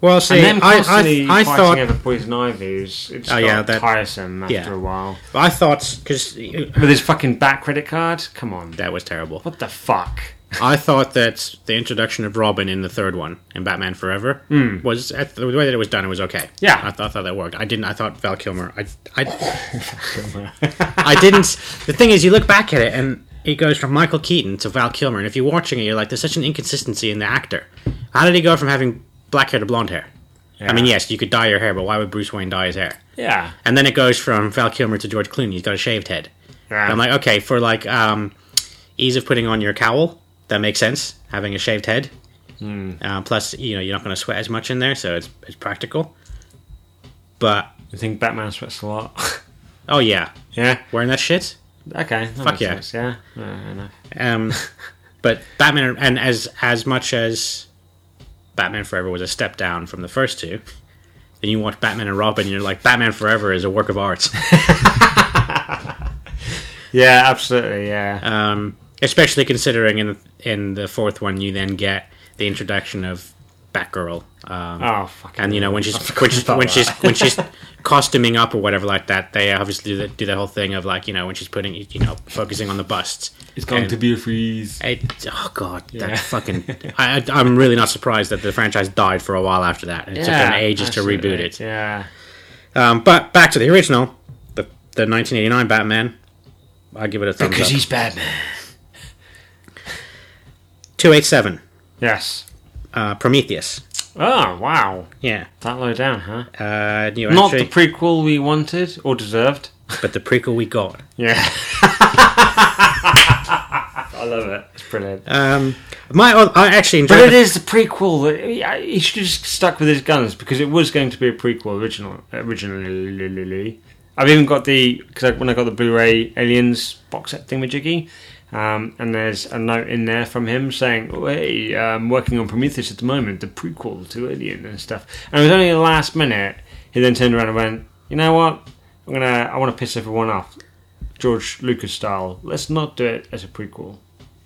Speaker 2: well. See,
Speaker 3: And then
Speaker 2: I
Speaker 3: constantly
Speaker 2: I, I
Speaker 3: fighting
Speaker 2: thought
Speaker 3: over poison ivies, it's
Speaker 2: Oh,
Speaker 3: got
Speaker 2: yeah, that-
Speaker 3: tiresome after
Speaker 2: yeah.
Speaker 3: a while.
Speaker 2: I thought because
Speaker 3: With his fucking back credit card, come on,
Speaker 2: that was terrible.
Speaker 3: what the fuck?
Speaker 2: I thought that the introduction of Robin in the third one in Batman Forever was at the way that it was done. It was okay.
Speaker 3: Yeah.
Speaker 2: I thought, I thought that worked. I didn't. I thought Val Kilmer. I I, I didn't. The thing is, you look back at it and it goes from Michael Keaton to Val Kilmer, and if you're watching it, you're like, there's such an inconsistency in the actor. How did he go from having black hair to blonde hair? I mean, yes, you could dye your hair, but why would Bruce Wayne dye his hair?
Speaker 3: yeah,
Speaker 2: And then it goes from Val Kilmer to George Clooney. He's got a shaved head.
Speaker 3: Yeah.
Speaker 2: I'm like, okay, for like um, ease of putting on your cowl, that makes sense. Having a shaved head, uh, plus you know you're not going to sweat as much in there, so it's it's practical. But
Speaker 3: you think Batman sweats a lot?
Speaker 2: oh yeah,
Speaker 3: yeah,
Speaker 2: wearing that shit.
Speaker 3: okay, that makes
Speaker 2: yeah.
Speaker 3: sense, yeah. Yeah, I know.
Speaker 2: Um, but Batman, and as as much as Batman Forever was a step down from the first two, then you watch Batman and Robin, and you're like, Batman Forever is a work of art.
Speaker 3: yeah, absolutely, yeah.
Speaker 2: Um, especially considering in in the fourth one you then get the introduction of Batgirl. Um,
Speaker 3: Oh, fuck.
Speaker 2: and you know when she's when she's when she's, when she's costuming up or whatever like that, they obviously do the, do the whole thing of like you know when she's putting you know focusing on the busts.
Speaker 3: it's going
Speaker 2: And
Speaker 3: to be a freeze.
Speaker 2: it- oh god,
Speaker 3: Yeah.
Speaker 2: that fucking! I, I- I'm really not surprised that the franchise died for a while after that. It took them ages to reboot
Speaker 3: absolutely.
Speaker 2: it.
Speaker 3: Yeah.
Speaker 2: Um, but back to the original, the the 1989 Batman. I give it a thumbs up.
Speaker 3: Batman.
Speaker 2: Two eight seven.
Speaker 3: Yes.
Speaker 2: Uh, Prometheus.
Speaker 3: Oh, wow.
Speaker 2: Yeah.
Speaker 3: That low down, huh?
Speaker 2: Uh, new
Speaker 3: Not
Speaker 2: entry,
Speaker 3: the prequel we wanted or deserved.
Speaker 2: but the prequel we got.
Speaker 3: Yeah. I love it. It's brilliant.
Speaker 2: Um, my I actually enjoyed.
Speaker 3: but it
Speaker 2: the-
Speaker 3: is the prequel. that- he- He should have just stuck with his guns because it was going to be a prequel original, originally. I've even got the because when I got the Blu-ray Aliens box set thingamajiggy, um, and there's a note in there from him saying, oh, "Hey, I'm working on Prometheus at the moment, the prequel to Alien and stuff." And it was only the last minute he then turned around and went, "You know what? I'm gonna I want to piss everyone off, George Lucas style. Let's not do it as a prequel."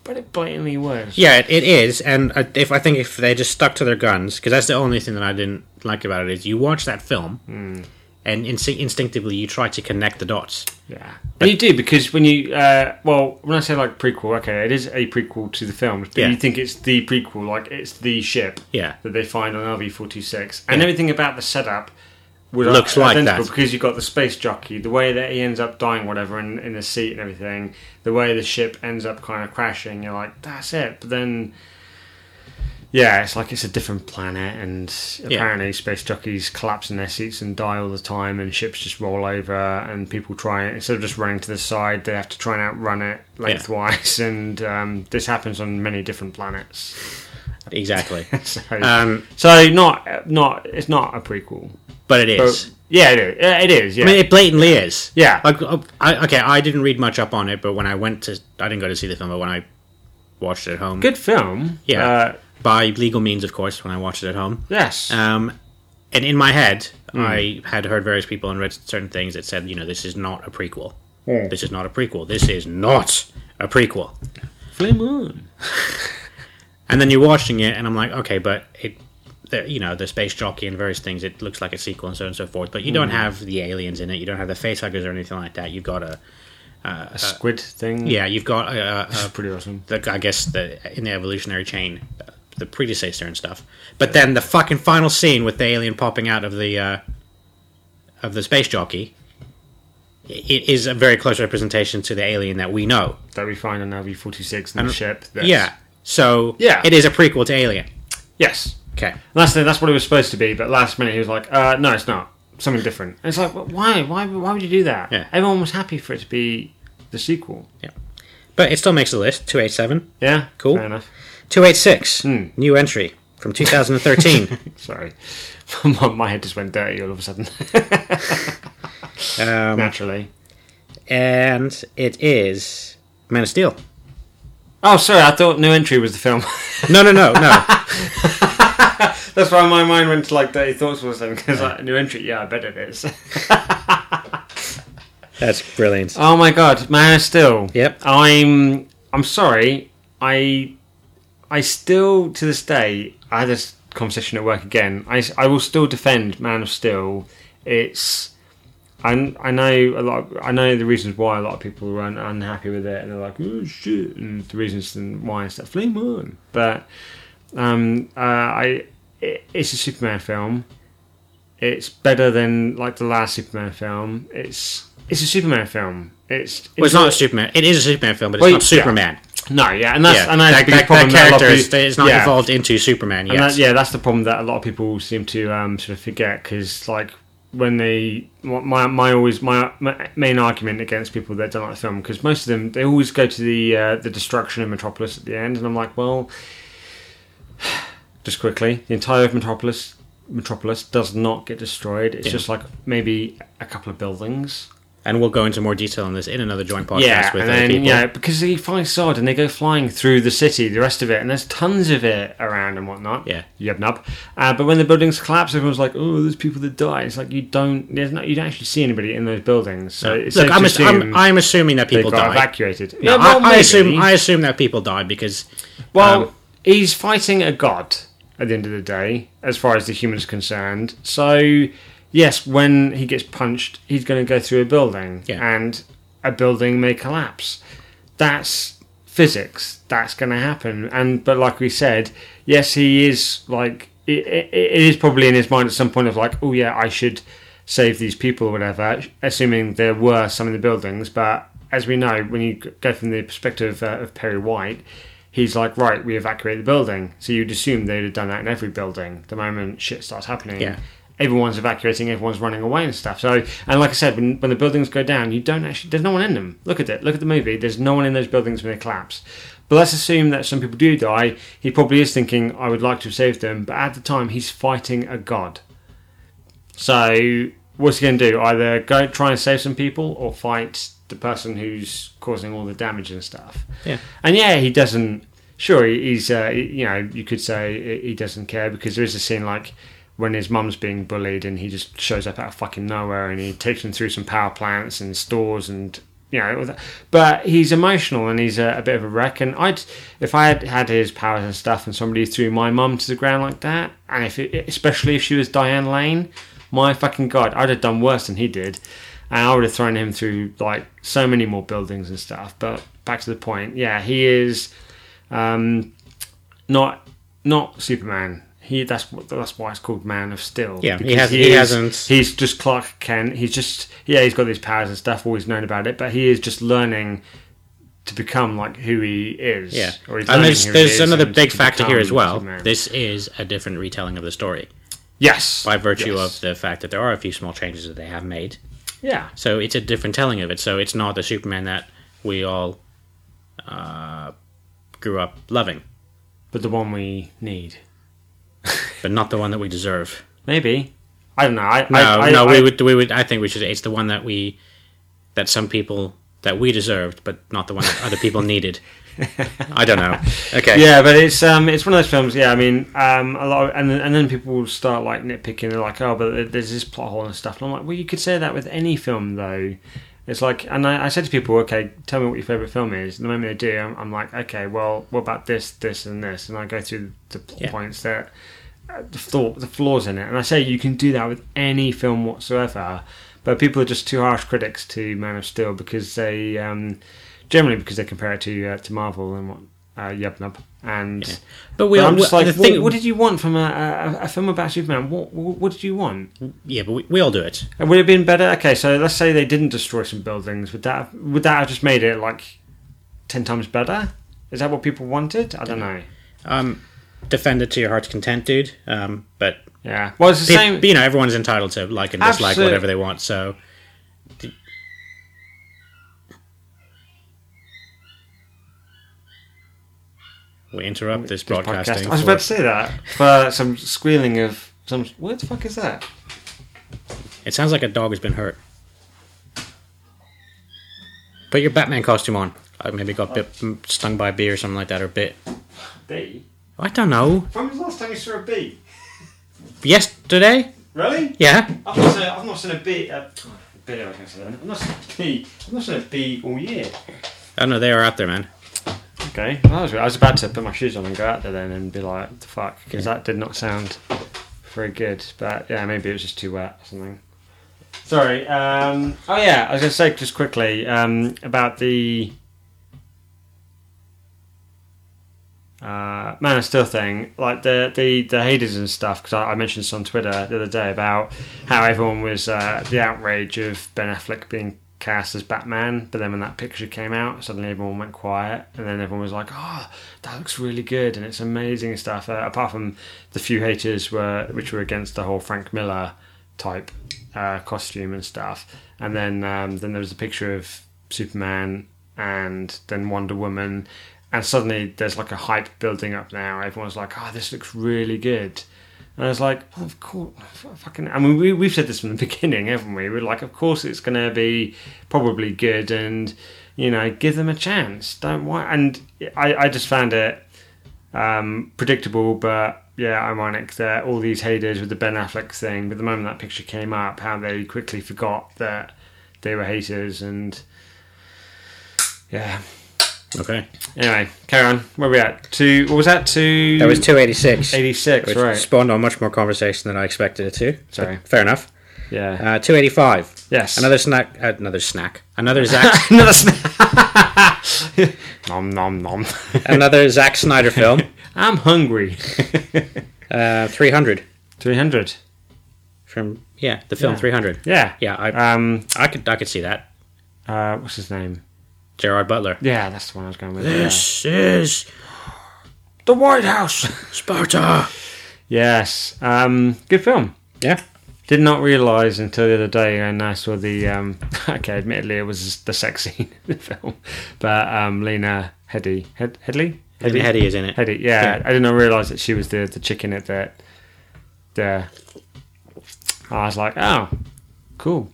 Speaker 3: But it blatantly was.
Speaker 2: Yeah, it, it is, and I- if I think if they just stuck to their guns, because that's the only thing that I didn't like about it is you watch that film,
Speaker 3: Hmm.
Speaker 2: and inst- instinctively you try to connect the dots.
Speaker 3: Yeah, and you do because when you uh, well, when I say like prequel, okay, it is a prequel to the films, but
Speaker 2: Yeah.
Speaker 3: you think it's the prequel, like it's the ship
Speaker 2: Yeah.
Speaker 3: that they find on RV forty six, and everything about the setup was uh,
Speaker 2: Looks like
Speaker 3: identical
Speaker 2: that.
Speaker 3: because you have got the space jockey, the way that he ends up dying, whatever, in, in the seat and everything, the way the ship ends up kind of crashing. You're like, that's it, but then. Yeah, it's like it's a different planet, and apparently space jockeys collapse in their seats and die all the time, and ships just roll over, and people try instead of just running to the side, they have to try and outrun it lengthwise, and um, this happens on many different planets.
Speaker 2: Exactly,
Speaker 3: So,
Speaker 2: um,
Speaker 3: so not not it's not a prequel,
Speaker 2: but it
Speaker 3: but
Speaker 2: is.
Speaker 3: yeah, it is. Yeah, It is. Yeah,
Speaker 2: I mean, it blatantly is.
Speaker 3: Yeah.
Speaker 2: Like, uh, I, okay, I didn't read much up on it, but when I went to, I didn't go to see the film, but when I watched it at home,
Speaker 3: good film.
Speaker 2: Yeah.
Speaker 3: uh,
Speaker 2: by legal means, of course, when I watched it at home.
Speaker 3: yes.
Speaker 2: Um, and in my head,
Speaker 3: Hmm.
Speaker 2: I had heard various people and read certain things that said, you know, this is not a prequel.
Speaker 3: Hmm.
Speaker 2: This is not a prequel. This is not a prequel.
Speaker 3: Flame Moon.
Speaker 2: And then you're watching it, and I'm like, okay, but it, the, you know, the space jockey and various things, it looks like a sequel and so on and so forth. But you don't
Speaker 3: Hmm.
Speaker 2: have the aliens in it. You don't have the facehuggers or anything like that. You've got a
Speaker 3: A squid thing.
Speaker 2: yeah, you've got a, a,
Speaker 3: It's pretty awesome.
Speaker 2: the, I guess the in the evolutionary chain, the predecessor and stuff. But then the fucking final scene with the alien popping out of the uh, of the space jockey, it is a very close representation to the alien that we know.
Speaker 3: That we find on RV forty six and the ship. That's,
Speaker 2: Yeah. So
Speaker 3: Yeah.
Speaker 2: it is a prequel to Alien.
Speaker 3: Yes.
Speaker 2: Okay.
Speaker 3: And That's the, that's what it was supposed to be, but last minute he was like, uh, "No, it's not. Something different." And it's like, well, why? Why? Why would you do that?
Speaker 2: Yeah.
Speaker 3: Everyone was happy for it to be the sequel.
Speaker 2: But it still makes the list. Two eight seven.
Speaker 3: Yeah,
Speaker 2: Cool.
Speaker 3: Fair enough.
Speaker 2: Two eight six.
Speaker 3: Hmm.
Speaker 2: New entry from 2013.
Speaker 3: Sorry, my, my head just went dirty all of a sudden.
Speaker 2: um,
Speaker 3: Naturally.
Speaker 2: and it is Man of Steel.
Speaker 3: Oh, sorry. I thought New Entry was the film.
Speaker 2: No, no, no, no.
Speaker 3: that's why my mind went to like dirty thoughts all of a sudden because like New Entry. Yeah, I bet it is.
Speaker 2: That's brilliant.
Speaker 3: oh my god, man, still.
Speaker 2: Yep.
Speaker 3: I'm. I'm sorry. I. I still to this day. I had this conversation at work again. I, I will still defend Man of Steel. It's. I, I know a lot. Of, I know the reasons why a lot of people are un, unhappy with it, and they're like, "Oh shit!" And the reasons and why is that flame on. But um, uh, I, it, it's a Superman film. It's better than like the last Superman film. It's it's a Superman film. It's
Speaker 2: Well, it's not a Superman. It is a Superman film, but it's
Speaker 3: Well,
Speaker 2: not
Speaker 3: yeah.
Speaker 2: Superman.
Speaker 3: No, yeah, and that's
Speaker 2: Yeah,
Speaker 3: and that's
Speaker 2: that,
Speaker 3: the big
Speaker 2: that,
Speaker 3: problem
Speaker 2: that
Speaker 3: that a lot of
Speaker 2: character is,
Speaker 3: people-
Speaker 2: is not
Speaker 3: yeah.
Speaker 2: evolved into Superman
Speaker 3: And
Speaker 2: yet.
Speaker 3: that, yeah, that's the problem that a lot of people seem to um, sort of forget because, like, when they what my my always my, my main argument against people that don't like the film because most of them they always go to the uh, the destruction of Metropolis at the end, and I'm like, well, just quickly, the entire of Metropolis Metropolis does not get destroyed. It's just like maybe a couple of buildings.
Speaker 2: and we'll go into more detail on this in another joint podcast
Speaker 3: Yeah,
Speaker 2: with
Speaker 3: and
Speaker 2: other
Speaker 3: then
Speaker 2: people.
Speaker 3: yeah, because he finds Sod and they go flying through the city, the rest of it, and there's tons of it around and whatnot.
Speaker 2: Yeah.
Speaker 3: yub nub. Uh, but when the buildings collapse, everyone's like, "Oh, there's people that die." It's like you don't, there's no, you don't actually see anybody in those buildings. So it's
Speaker 2: Look,
Speaker 3: safe to
Speaker 2: I'm, ass-
Speaker 3: assume
Speaker 2: I'm, I'm assuming that
Speaker 3: they
Speaker 2: people
Speaker 3: got
Speaker 2: die.
Speaker 3: evacuated.
Speaker 2: No, Um,
Speaker 3: Yeah,
Speaker 2: I,
Speaker 3: well,
Speaker 2: I
Speaker 3: maybe.
Speaker 2: assume I assume that people die because
Speaker 3: Well,
Speaker 2: Um,
Speaker 3: he's fighting a god at the end of the day, as far as the human's concerned. So, yes, when he gets punched, he's going to go through a building,
Speaker 2: Yeah.
Speaker 3: and a building may collapse. That's physics. That's going to happen. And but like we said, yes, he is like it, it, it is probably in his mind at some point of like, oh yeah, I should save these people or whatever, assuming there were some in the buildings, but. As we know, when you go from the perspective uh, of Perry White, he's like, right, we evacuate the building. So you'd assume they'd have done that in every building. The moment shit starts happening,
Speaker 2: Yeah.
Speaker 3: everyone's evacuating, everyone's running away and stuff. So, and like I said, when, when the buildings go down, you don't actually, there's no one in them. Look at it. Look at the movie. There's no one in those buildings when they collapse. But let's assume that some people do die. He probably is thinking, I would like to have saved them. But at the time, he's fighting a god. So, what's he going to do? Either go try and save some people or fight the person who's causing all the damage and stuff.
Speaker 2: Yeah.
Speaker 3: And yeah, he doesn't. Sure, he- he's uh, he- you know you could say he he doesn't care because there is a scene like when his mum's being bullied and he just shows up out of fucking nowhere and he takes them through some power plants and stores and you know all that. but he's emotional and he's a, a bit of a wreck and I'd if I had had his powers and stuff and somebody threw my mum to the ground like that and if it, especially if she was Diane Lane my fucking god I'd have done worse than he did and I would have thrown him through like so many more buildings and stuff. But back to the point, yeah, he is um, not not Superman. He that's what that's why it's called Man of Steel.
Speaker 2: Yeah, he
Speaker 3: because
Speaker 2: hasn't- he hasn't-
Speaker 3: He's just Clark Kent. He's just yeah, he's got these powers and stuff. Always known about it, but he is just learning to become like who he is.
Speaker 2: yeah.
Speaker 3: or he's
Speaker 2: And
Speaker 3: learning
Speaker 2: there's
Speaker 3: who he
Speaker 2: there's
Speaker 3: is
Speaker 2: another
Speaker 3: and
Speaker 2: big
Speaker 3: to
Speaker 2: factor here
Speaker 3: become
Speaker 2: as well.
Speaker 3: Superman.
Speaker 2: This is a different retelling of the story
Speaker 3: yes,
Speaker 2: by virtue
Speaker 3: yes.
Speaker 2: of the fact that there are a few small changes that they have made.
Speaker 3: yeah,
Speaker 2: So it's a different telling of it. So it's not the Superman that we all uh, grew up loving,
Speaker 3: but the one we need
Speaker 2: but not the one that we deserve.
Speaker 3: maybe. I don't know. I,
Speaker 2: No,
Speaker 3: I, I,
Speaker 2: no,
Speaker 3: I-
Speaker 2: we would, we would. I think we should. It's the one that we, that some people that we deserved, but not the one that other people needed. I don't know. Okay.
Speaker 3: Yeah, but it's um, it's one of those films. Yeah, I mean, um, a lot, of, and then- and then people will start like nitpicking. They're like, oh, but there's this plot hole and stuff. And I'm like, well, you could say that with any film though. It's like, and I, I said to people, okay, tell me what your favorite film is. And the moment they do, I'm, I'm like, okay, well, what about this, this, and this? And I go through the plot
Speaker 2: Yeah.
Speaker 3: points that uh, the flaw, the flaws in it. And I say you can do that with any film whatsoever. But people are just too harsh critics to Man of Steel because they, um, generally, because they compare it to uh, to Marvel and what uh, Yub Nub. And
Speaker 2: But we
Speaker 3: but
Speaker 2: all.
Speaker 3: I'm just like,
Speaker 2: the
Speaker 3: what,
Speaker 2: thing,
Speaker 3: what did you want from a, a, a film about Superman? What, what what did you want?
Speaker 2: yeah, but we, we all do it.
Speaker 3: And would it have been better? Okay, so let's say they didn't destroy some buildings. Would that have, would that have just made it like ten times better? Is that what people wanted? I don't know.
Speaker 2: Um, defend it to your heart's content, dude. Um, but
Speaker 3: Yeah. Well, it's the
Speaker 2: pe-
Speaker 3: same.
Speaker 2: you know, everyone's entitled to like and dislike
Speaker 3: Absolute-
Speaker 2: whatever they want. So we interrupt this,
Speaker 3: this
Speaker 2: broadcasting.
Speaker 3: podcast. I was about to say that for some squealing of some. What the fuck is that?
Speaker 2: for- It sounds like a dog has been hurt. Put your Batman costume on. I maybe got bit stung by a bee or something like that, or bit.
Speaker 3: Bee.
Speaker 2: I don't know.
Speaker 3: When was the last time you saw a bee?
Speaker 2: Yesterday?
Speaker 3: Really?
Speaker 2: Yeah.
Speaker 3: I've not seen a, I've not seen a bee. A, a bee. I was going to say. I've not seen a bee. I've not seen a bee all year.
Speaker 2: I know Oh, they are out there, man.
Speaker 3: Okay. Well, that was, I was about to put my shoes on and go out there then and be like, "What the fuck," because that did not sound very good. But yeah, maybe it was just too wet or something. Sorry. Um, oh yeah, I was going to say just quickly um, about the uh, Man of Steel thing, like the the the haters and stuff. Because I, I mentioned this on Twitter the other day about how everyone was uh, the outrage of Ben Affleck being cast as Batman, but then when that picture came out, suddenly everyone went quiet, and then everyone was like, "Oh, that looks really good, and it's amazing and stuff." Uh, apart from the few haters were which were against the whole Frank Miller type uh, costume and stuff, and then um, then there was a picture of Superman and then Wonder Woman, and suddenly there's like a hype building up now. Everyone's like, "Oh, this looks really good," And I was like, well, of course, f- fucking. I mean, we, we've said this from the beginning, haven't we? We're like, of course, it's going to be probably good, and you know, give them a chance. Don't why? And I, I just found it um, predictable, but yeah, ironic that all these haters with the Ben Affleck thing. But the moment that picture came up, how they quickly forgot that they were haters, and yeah.
Speaker 2: Okay.
Speaker 3: Anyway, carry on. Where we at? Two. What was that? Two.
Speaker 2: That was 286.
Speaker 3: eighty-six.
Speaker 2: Which
Speaker 3: Right.
Speaker 2: spawned on much more conversation than I expected it to.
Speaker 3: Sorry.
Speaker 2: Fair enough.
Speaker 3: yeah.
Speaker 2: Uh, 285.
Speaker 3: Yes.
Speaker 2: Another snack. Uh, another snack. Another Zack.
Speaker 3: Another snack. nom nom nom.
Speaker 2: another Zack Snyder film.
Speaker 3: I'm hungry.
Speaker 2: Uh, 300
Speaker 3: Three hundred.
Speaker 2: from yeah the film
Speaker 3: Yeah.
Speaker 2: 300.
Speaker 3: Yeah.
Speaker 2: Yeah, I,
Speaker 3: Um.
Speaker 2: I could I could see that.
Speaker 3: Uh. What's his name?
Speaker 2: Gerard Butler.
Speaker 3: Yeah, that's the one I was going with.
Speaker 2: This is
Speaker 3: yeah. The White House.
Speaker 2: Sparta.
Speaker 3: yes. Um. Good film.
Speaker 2: Yeah.
Speaker 3: Did not realise until the other day, and I saw the. Um, okay, admittedly, it was the sex scene in the film, but um, Lena Headey, Head, Headley,
Speaker 2: Eddie Heady is in it.
Speaker 3: Headey, yeah, I did not realise that she was the the chick in it that. The, I was like, oh, cool.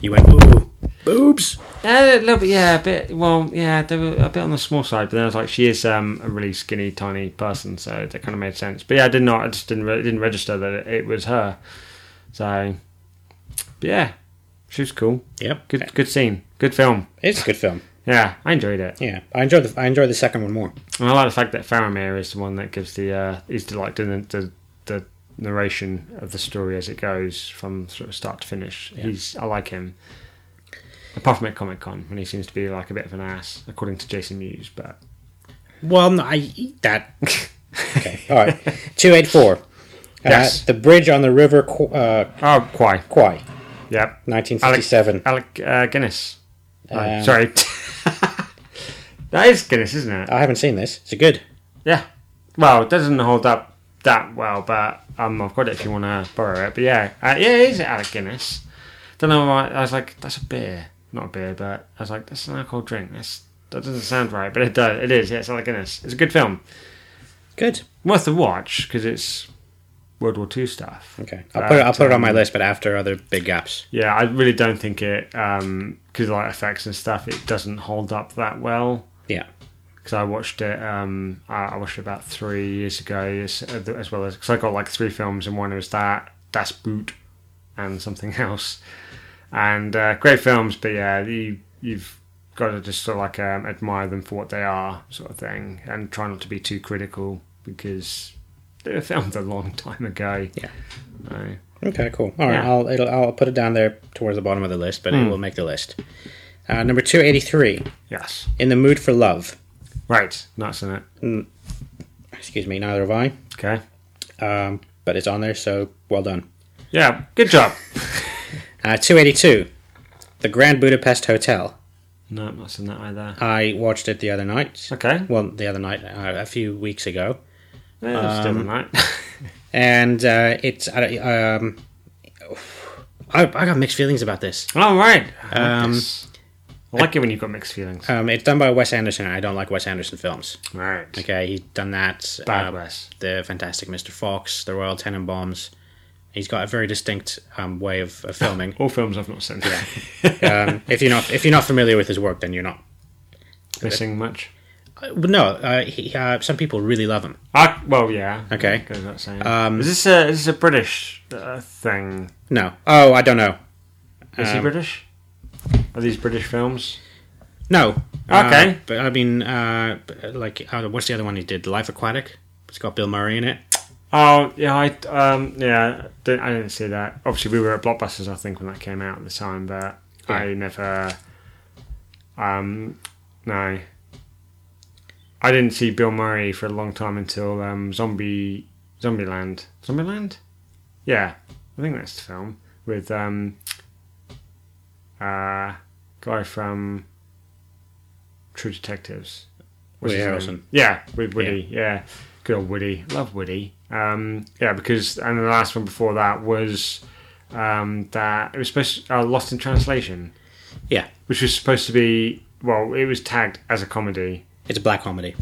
Speaker 2: You went ooh boobs.
Speaker 3: Uh, a little bit, yeah, a bit. Well, yeah, they were a bit on the small side, but then I was like, she is um, a really skinny, tiny person, so that kind of made sense. But yeah, I did not, I just didn't, re- didn't register that it, it was her. So, but yeah, she was cool.
Speaker 2: Yep.
Speaker 3: Good, good scene, good film.
Speaker 2: It's a good film.
Speaker 3: Yeah, I enjoyed it,
Speaker 2: Yeah, I enjoyed the I enjoyed the second one more.
Speaker 3: and I like the fact that Faramir is the one that gives the uh, he's like doing the, the the narration of the story as it goes from sort of start to finish. He's I like him. Apart from at Comic Con, when he seems to be like a bit of an ass, according to Jason Mewes, but
Speaker 2: Well, no, I eat that. okay. All right. 284.
Speaker 3: Yes.
Speaker 2: Uh, the bridge on the river Qu- uh,
Speaker 3: oh, Quai,
Speaker 2: Kwai,
Speaker 3: yep,
Speaker 2: 1957.
Speaker 3: Alec uh, Guinness. Oh,
Speaker 2: Um,
Speaker 3: sorry, that is Guinness, isn't it?
Speaker 2: I haven't seen this. Is it good?
Speaker 3: Yeah. Well, it doesn't hold up that well, but um, I've got it if you want to borrow it. But yeah, uh, yeah, it is Alec Guinness. Don't know why. I was like, that's a beer, not a beer, but I was like, that's an alcohol drink. That's that doesn't sound right, but it does. It is. Yeah, it's Alec Guinness. It's a good film,
Speaker 2: Good.
Speaker 3: worth a watch because it's World War Two stuff.
Speaker 2: Okay. I'll put it, I'll
Speaker 3: But,
Speaker 2: put it on my
Speaker 3: um,
Speaker 2: list, but after other big gaps.
Speaker 3: Yeah, I really don't think it because like effects and stuff, it doesn't hold up that well.
Speaker 2: Yeah.
Speaker 3: because I watched it. Um, I, I watched it about three years ago, as, as well as because I got like three films, and one was that Das Boot and something else, and uh, great films. But yeah, you you've got to just sort of like um, admire them for what they are, sort of thing, and try not to be too critical because they were filmed a long time ago.
Speaker 2: Yeah.
Speaker 3: So,
Speaker 2: Okay, cool. All right,
Speaker 3: Yeah. Hmm.
Speaker 2: I'll it'll, I'll put it down there towards the bottom of the list, but it will make the list. Uh, number two eighty three,
Speaker 3: yes,
Speaker 2: in the mood for love.
Speaker 3: right, that's in it.
Speaker 2: Excuse me, neither have I,
Speaker 3: Okay,
Speaker 2: um, but it's on there, so well done.
Speaker 3: yeah, good job.
Speaker 2: Uh, two eighty two, the Grand Budapest Hotel.
Speaker 3: no, I'm not in that either.
Speaker 2: I watched it the other night.
Speaker 3: Okay,
Speaker 2: Well, the other night, uh, a few weeks ago,
Speaker 3: yeah, that's still in that.
Speaker 2: and uh, it's I, don't- um, I I got mixed feelings about this.
Speaker 3: All right. I like,
Speaker 2: Um,
Speaker 3: this. I like it when you've got mixed feelings.
Speaker 2: Um, it's done by Wes Anderson, and I don't like Wes Anderson films.
Speaker 3: right.
Speaker 2: Okay, he's done that.
Speaker 3: Bad
Speaker 2: um,
Speaker 3: Wes.
Speaker 2: the Fantastic Mr. Fox, the Royal Tenenbaums. He's got a very distinct um, way of, of filming.
Speaker 3: All films I've not seen.
Speaker 2: um, if you're not if you're not familiar with his work, then you're not.
Speaker 3: Missing much.
Speaker 2: Uh, no, uh, he, uh, some people really love him.
Speaker 3: I, well, yeah.
Speaker 2: Okay. Um,
Speaker 3: Goes without saying. is this a is this a British uh, thing?
Speaker 2: No, oh, I don't know.
Speaker 3: Is he
Speaker 2: Um,
Speaker 3: British? Are these British films?
Speaker 2: No.
Speaker 3: Okay.
Speaker 2: Uh, but I mean, uh, but, like, uh, what's the other one he did? Life Aquatic. It's got Bill Murray in it.
Speaker 3: Oh yeah, I um yeah, didn't, I didn't see that. Obviously, we were at Blockbusters, I think, when that came out at the time, but I
Speaker 2: Yeah.
Speaker 3: never. Um, no. I didn't see Bill Murray for a long time until um, Zombie Zombieland. Zombieland, yeah, I think that's the film with um, uh, guy from True Detectives. What's
Speaker 2: Woody
Speaker 3: his name?
Speaker 2: Harrelson.
Speaker 3: Yeah, with Woody. Yeah. good old Woody. Love Woody. Um, yeah, because and the last one before that was um, that it was supposed uh, Lost in Translation,
Speaker 2: Yeah,
Speaker 3: which was supposed to be well, it was tagged as a comedy.
Speaker 2: it's a black comedy.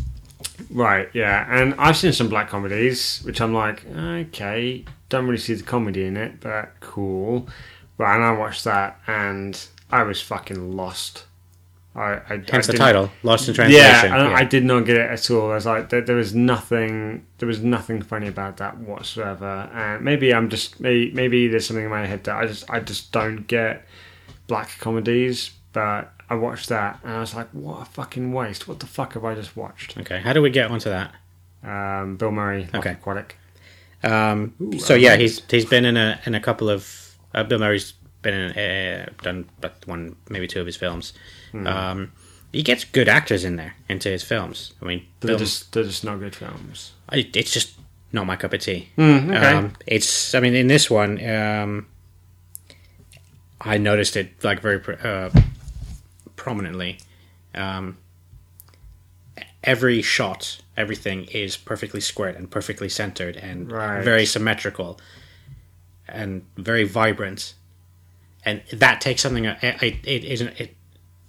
Speaker 3: Right, yeah. And I've seen some black comedies, which I'm like, okay, don't really see the comedy in it, but cool. But and I watched that, and I was fucking lost. I, I
Speaker 2: Hence
Speaker 3: I
Speaker 2: the
Speaker 3: didn't-
Speaker 2: title, Lost in
Speaker 3: Yeah,
Speaker 2: Translation.
Speaker 3: and I did not get it at all. I was like, there, there was nothing, there was nothing funny about that whatsoever. And maybe I'm just, maybe, maybe there's something in my head that I just, I just don't get black comedies. But I watched that, and I was like, what a fucking waste! What the fuck have I just watched?
Speaker 2: Okay, how do we get onto that?
Speaker 3: Um, Bill Murray, okay,
Speaker 2: Okay.
Speaker 3: aquatic.
Speaker 2: Um, so yeah, he's he's been in a in a couple of uh, Bill Murray's been in uh, done but one maybe two of his films.
Speaker 3: Hmm.
Speaker 2: Um, he gets good actors in there into his films. I mean,
Speaker 3: They're
Speaker 2: Bill,
Speaker 3: just, they're just not good films.
Speaker 2: I- it's just not my cup of tea.
Speaker 3: Mm, okay.
Speaker 2: Um, it's I mean in this one, um, I noticed it like very pr- uh, prominently. Um, every shot, everything is perfectly squared and perfectly centered and
Speaker 3: Right.
Speaker 2: very symmetrical and very vibrant. And that takes something. It, it, it isn't. It,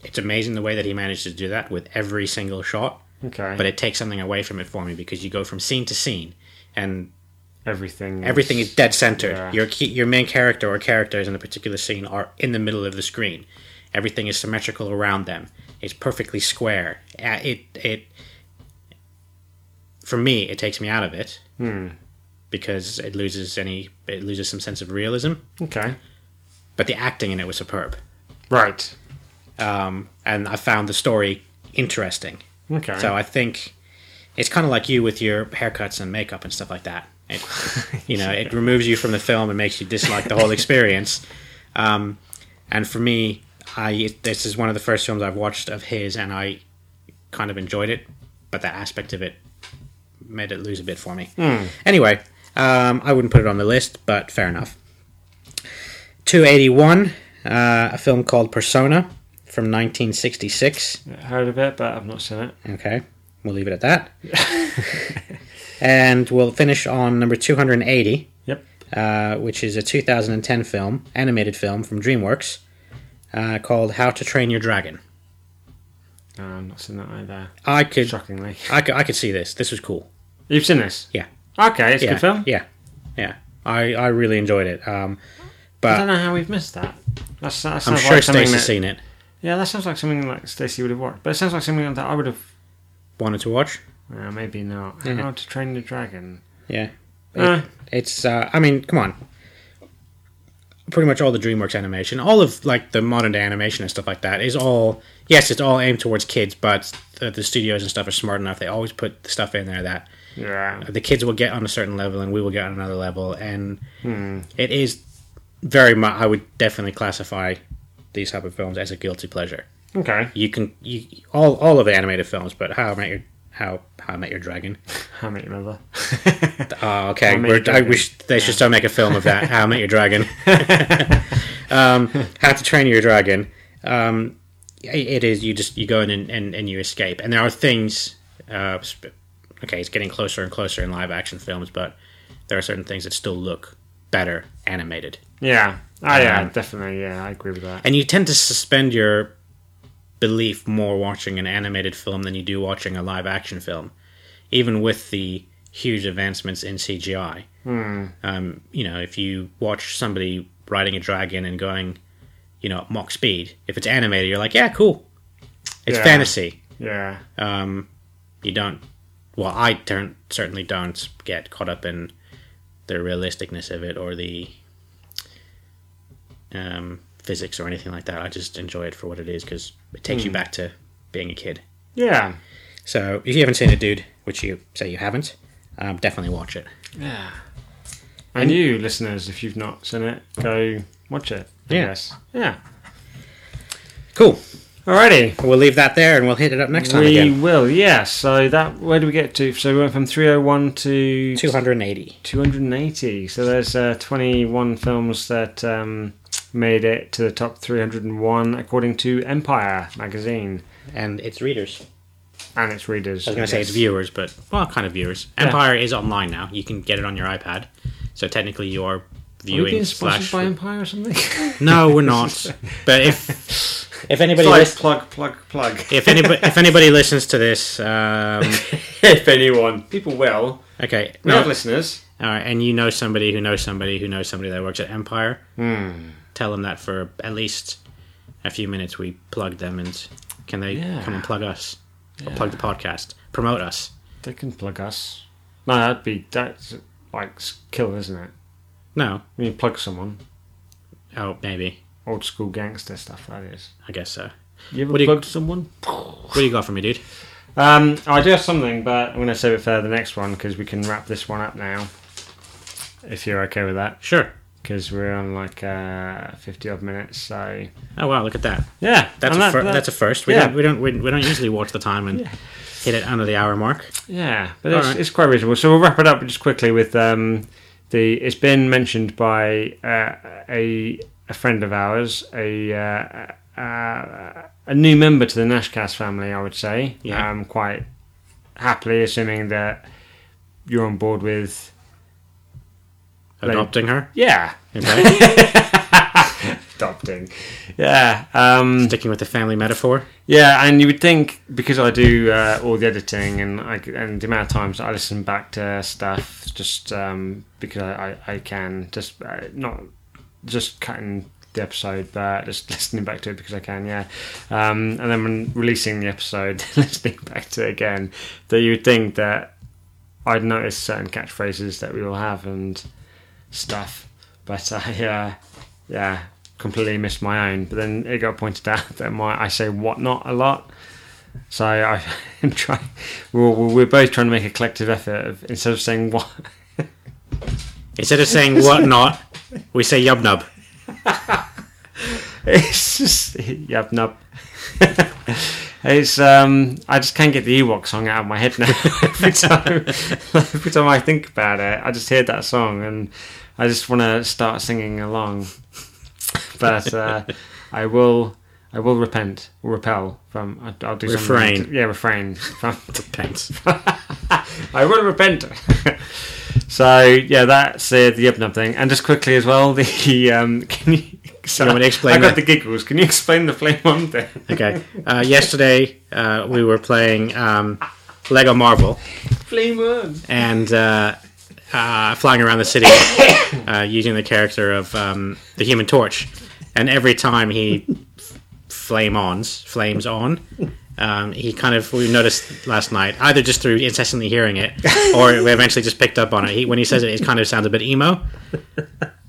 Speaker 2: it's amazing the way that he managed to do that with every single shot.
Speaker 3: Okay,
Speaker 2: But it takes something away from it for me because you go from scene to scene, and
Speaker 3: everything,
Speaker 2: everything is dead centered.
Speaker 3: Yeah.
Speaker 2: Your key, your main character or characters in a particular scene are in the middle of the screen. Everything is symmetrical around them. It's perfectly square. Uh, It it for me it takes me out of it because it loses any it loses some sense of realism.
Speaker 3: Okay,
Speaker 2: But the acting in it was superb,
Speaker 3: right.
Speaker 2: um, and I found the story interesting.
Speaker 3: Okay,
Speaker 2: So I think it's kind of like you with your haircuts and makeup and stuff like that. It, you know, it removes you from the film and makes you dislike the whole experience. Um, and for me, I this is one of the first films I've watched of his, and I kind of enjoyed it, but that aspect of it made it lose a bit for me. Anyway, um, I wouldn't put it on the list, but fair enough. 281, uh, a film called Persona from 1966.
Speaker 3: heard of it, but I've not seen it.
Speaker 2: Okay, we'll leave it at that. and we'll finish on number 280,
Speaker 3: Yep.
Speaker 2: uh, which is a 2010 film, animated film from DreamWorks, uh, called How to Train Your Dragon.
Speaker 3: No, I've Uh, not seen that either.
Speaker 2: I could,
Speaker 3: Shockingly,
Speaker 2: I could, I could see this. This was cool.
Speaker 3: you've seen this.
Speaker 2: Yeah,
Speaker 3: Okay, it's a
Speaker 2: yeah,
Speaker 3: good film.
Speaker 2: yeah, yeah. I, I really enjoyed it. Um,
Speaker 3: I don't
Speaker 2: but
Speaker 3: know how we've missed that. That's, that
Speaker 2: I'm
Speaker 3: sounds
Speaker 2: sure
Speaker 3: like something
Speaker 2: Stacey's
Speaker 3: that-
Speaker 2: seen it.
Speaker 3: Yeah, that sounds like something like Stacey would have watched. But it sounds like something that I would have.
Speaker 2: Wanted to watch.
Speaker 3: Uh, maybe not. How to Train the Dragon.
Speaker 2: Mm-hmm. Yeah, It-
Speaker 3: Uh,
Speaker 2: it's. Uh, I mean, come on. Pretty much all the DreamWorks animation, all of like the modern day animation and stuff like that, is all. Yes, it's all aimed towards kids, but the, the studios and stuff are smart enough. They always put the stuff in there that
Speaker 3: yeah.
Speaker 2: the kids will get on a certain level, and we will get on another level. And it is very much. I would definitely classify these type of films as a guilty pleasure.
Speaker 3: Okay.
Speaker 2: You can you all all of the animated films, but How I Met Your How How I Met Your Dragon.
Speaker 3: How Met Your Mother.
Speaker 2: Oh, okay.
Speaker 3: Met
Speaker 2: We're,
Speaker 3: Your
Speaker 2: I
Speaker 3: Dragon.
Speaker 2: wish they should still make a film of that. How I Met Your Dragon. um, How to Train Your Dragon. Um, i- it is you just you go in and, and, and you escape, and there are things. Uh, sp- okay, it's getting closer and closer in live action films, but there are certain things that still look better animated,
Speaker 3: Yeah. Oh, yeah,
Speaker 2: Um,
Speaker 3: definitely. Yeah, I agree with that.
Speaker 2: and you tend to suspend your belief more watching an animated film than you do watching a live action film, even with the huge advancements in CGI um, you know, if you watch somebody riding a dragon and going, you know, at mock speed, if it's animated, you're like, yeah, cool. It's
Speaker 3: Yeah.
Speaker 2: fantasy.
Speaker 3: Yeah.
Speaker 2: Um, you don't. Well, I don't, certainly don't get caught up in the realisticness of it or the um, physics or anything like that. I just enjoy it for what it is because it takes
Speaker 3: Hmm.
Speaker 2: you back to being a kid.
Speaker 3: Yeah.
Speaker 2: So if you haven't seen it, dude, which you say you haven't, um, definitely watch it.
Speaker 3: Yeah. And you, listeners, if you've not seen it, go watch it. I
Speaker 2: Yeah.
Speaker 3: guess. Yeah.
Speaker 2: Cool.
Speaker 3: Alrighty.
Speaker 2: We'll leave that there and we'll hit it up next time
Speaker 3: we
Speaker 2: again.
Speaker 3: will, yeah. So that where do we get to? So we went from 301 to
Speaker 2: 280.
Speaker 3: 280. So there's uh, 21 films that um, made it to the top 301 according to Empire magazine
Speaker 2: And it's readers.
Speaker 3: and its readers.
Speaker 2: I was going to say it's
Speaker 3: guess.
Speaker 2: viewers, but, well, kind of viewers. Empire is online now. You can get it on your iPad. So technically you are
Speaker 3: Are we
Speaker 2: viewing
Speaker 3: being sponsored
Speaker 2: slash.
Speaker 3: by Empire or something?
Speaker 2: no, we're not. but if If anybody,
Speaker 3: Plug,
Speaker 2: lis-
Speaker 3: plug, plug, plug.
Speaker 2: if anybody, if anybody listens to this, um,
Speaker 3: if anyone, people will.
Speaker 2: okay,
Speaker 3: We
Speaker 2: no,
Speaker 3: have listeners.
Speaker 2: all right, and you know somebody who knows somebody who knows somebody that works at Empire,
Speaker 3: Hmm.
Speaker 2: tell them that for at least a few minutes we plug them, and can they
Speaker 3: Yeah.
Speaker 2: come and plug us or plug the podcast, promote us?
Speaker 3: They can plug us. No, that'd be that's like s- kill, isn't it?
Speaker 2: No,
Speaker 3: When you plug someone,
Speaker 2: oh maybe,
Speaker 3: old school gangster stuff. That is.
Speaker 2: I guess so.
Speaker 3: You ever
Speaker 2: What do you-
Speaker 3: plugged someone?
Speaker 2: What do you got for me, dude?
Speaker 3: Um, I do have something, but I'm going to save it for the next one because we can wrap this one up now. If you're okay with that,
Speaker 2: Sure.
Speaker 3: because we're on like uh, 50 odd minutes, so
Speaker 2: Oh wow, look at that.
Speaker 3: yeah,
Speaker 2: That's
Speaker 3: and
Speaker 2: a
Speaker 3: that-
Speaker 2: fir-
Speaker 3: that-
Speaker 2: that's a first. We
Speaker 3: yeah.
Speaker 2: don't we don't we, we don't usually watch the time and hit it under the hour mark.
Speaker 3: Yeah, but
Speaker 2: All
Speaker 3: it's,
Speaker 2: right.
Speaker 3: it's quite reasonable. So we'll wrap it up just quickly with um, the. It's been mentioned by uh, a a friend of ours, a uh, uh, a new member to the Nashcast family, I would say.
Speaker 2: Yeah.
Speaker 3: Um, quite happily, assuming that you're on board with.
Speaker 2: Adopting her,
Speaker 3: Yeah,
Speaker 2: okay.
Speaker 3: adopting. Yeah. Um,
Speaker 2: sticking with the family metaphor.
Speaker 3: Yeah, and you would think because I do uh, all the editing and I, and the amount of times I listen back to stuff just um, because I, I, I can just uh, not just cutting the episode but just listening back to it because I can yeah um, and then when releasing the episode listening back to it again that you would think that I'd noticed certain catchphrases that we all have and stuff but I uh, yeah completely missed my own but then it got pointed out that my I say whatnot a lot so I am trying we're, we're both trying to make a collective effort of instead of saying what
Speaker 2: Instead of saying what not, we say yub nub.
Speaker 3: it's just yep nub it's um I just can't get the Ewok song out of my head now every time every time I think about it I just hear that song and I just want to start singing along but uh, I will I will repent or repel from I- I'll do something-
Speaker 2: Refrain.
Speaker 3: yeah refrain from
Speaker 2: Thanks.
Speaker 3: I will repent. so yeah, that's uh, the yub nub thing. And just quickly as well, the um, can you? So
Speaker 2: You want me to explain
Speaker 3: I
Speaker 2: that?
Speaker 3: got the giggles. Can you explain the flame one thing?
Speaker 2: Okay. Uh, yesterday uh, we were playing um, Lego Marvel
Speaker 3: flame one.
Speaker 2: and uh, uh, flying around the city uh, using the character of um, the Human Torch, and every time he flame ons flames on. Um, he kind of we noticed last night either just through incessantly hearing it or we eventually just picked up on it. He, when he says it, it kind of sounds a bit emo.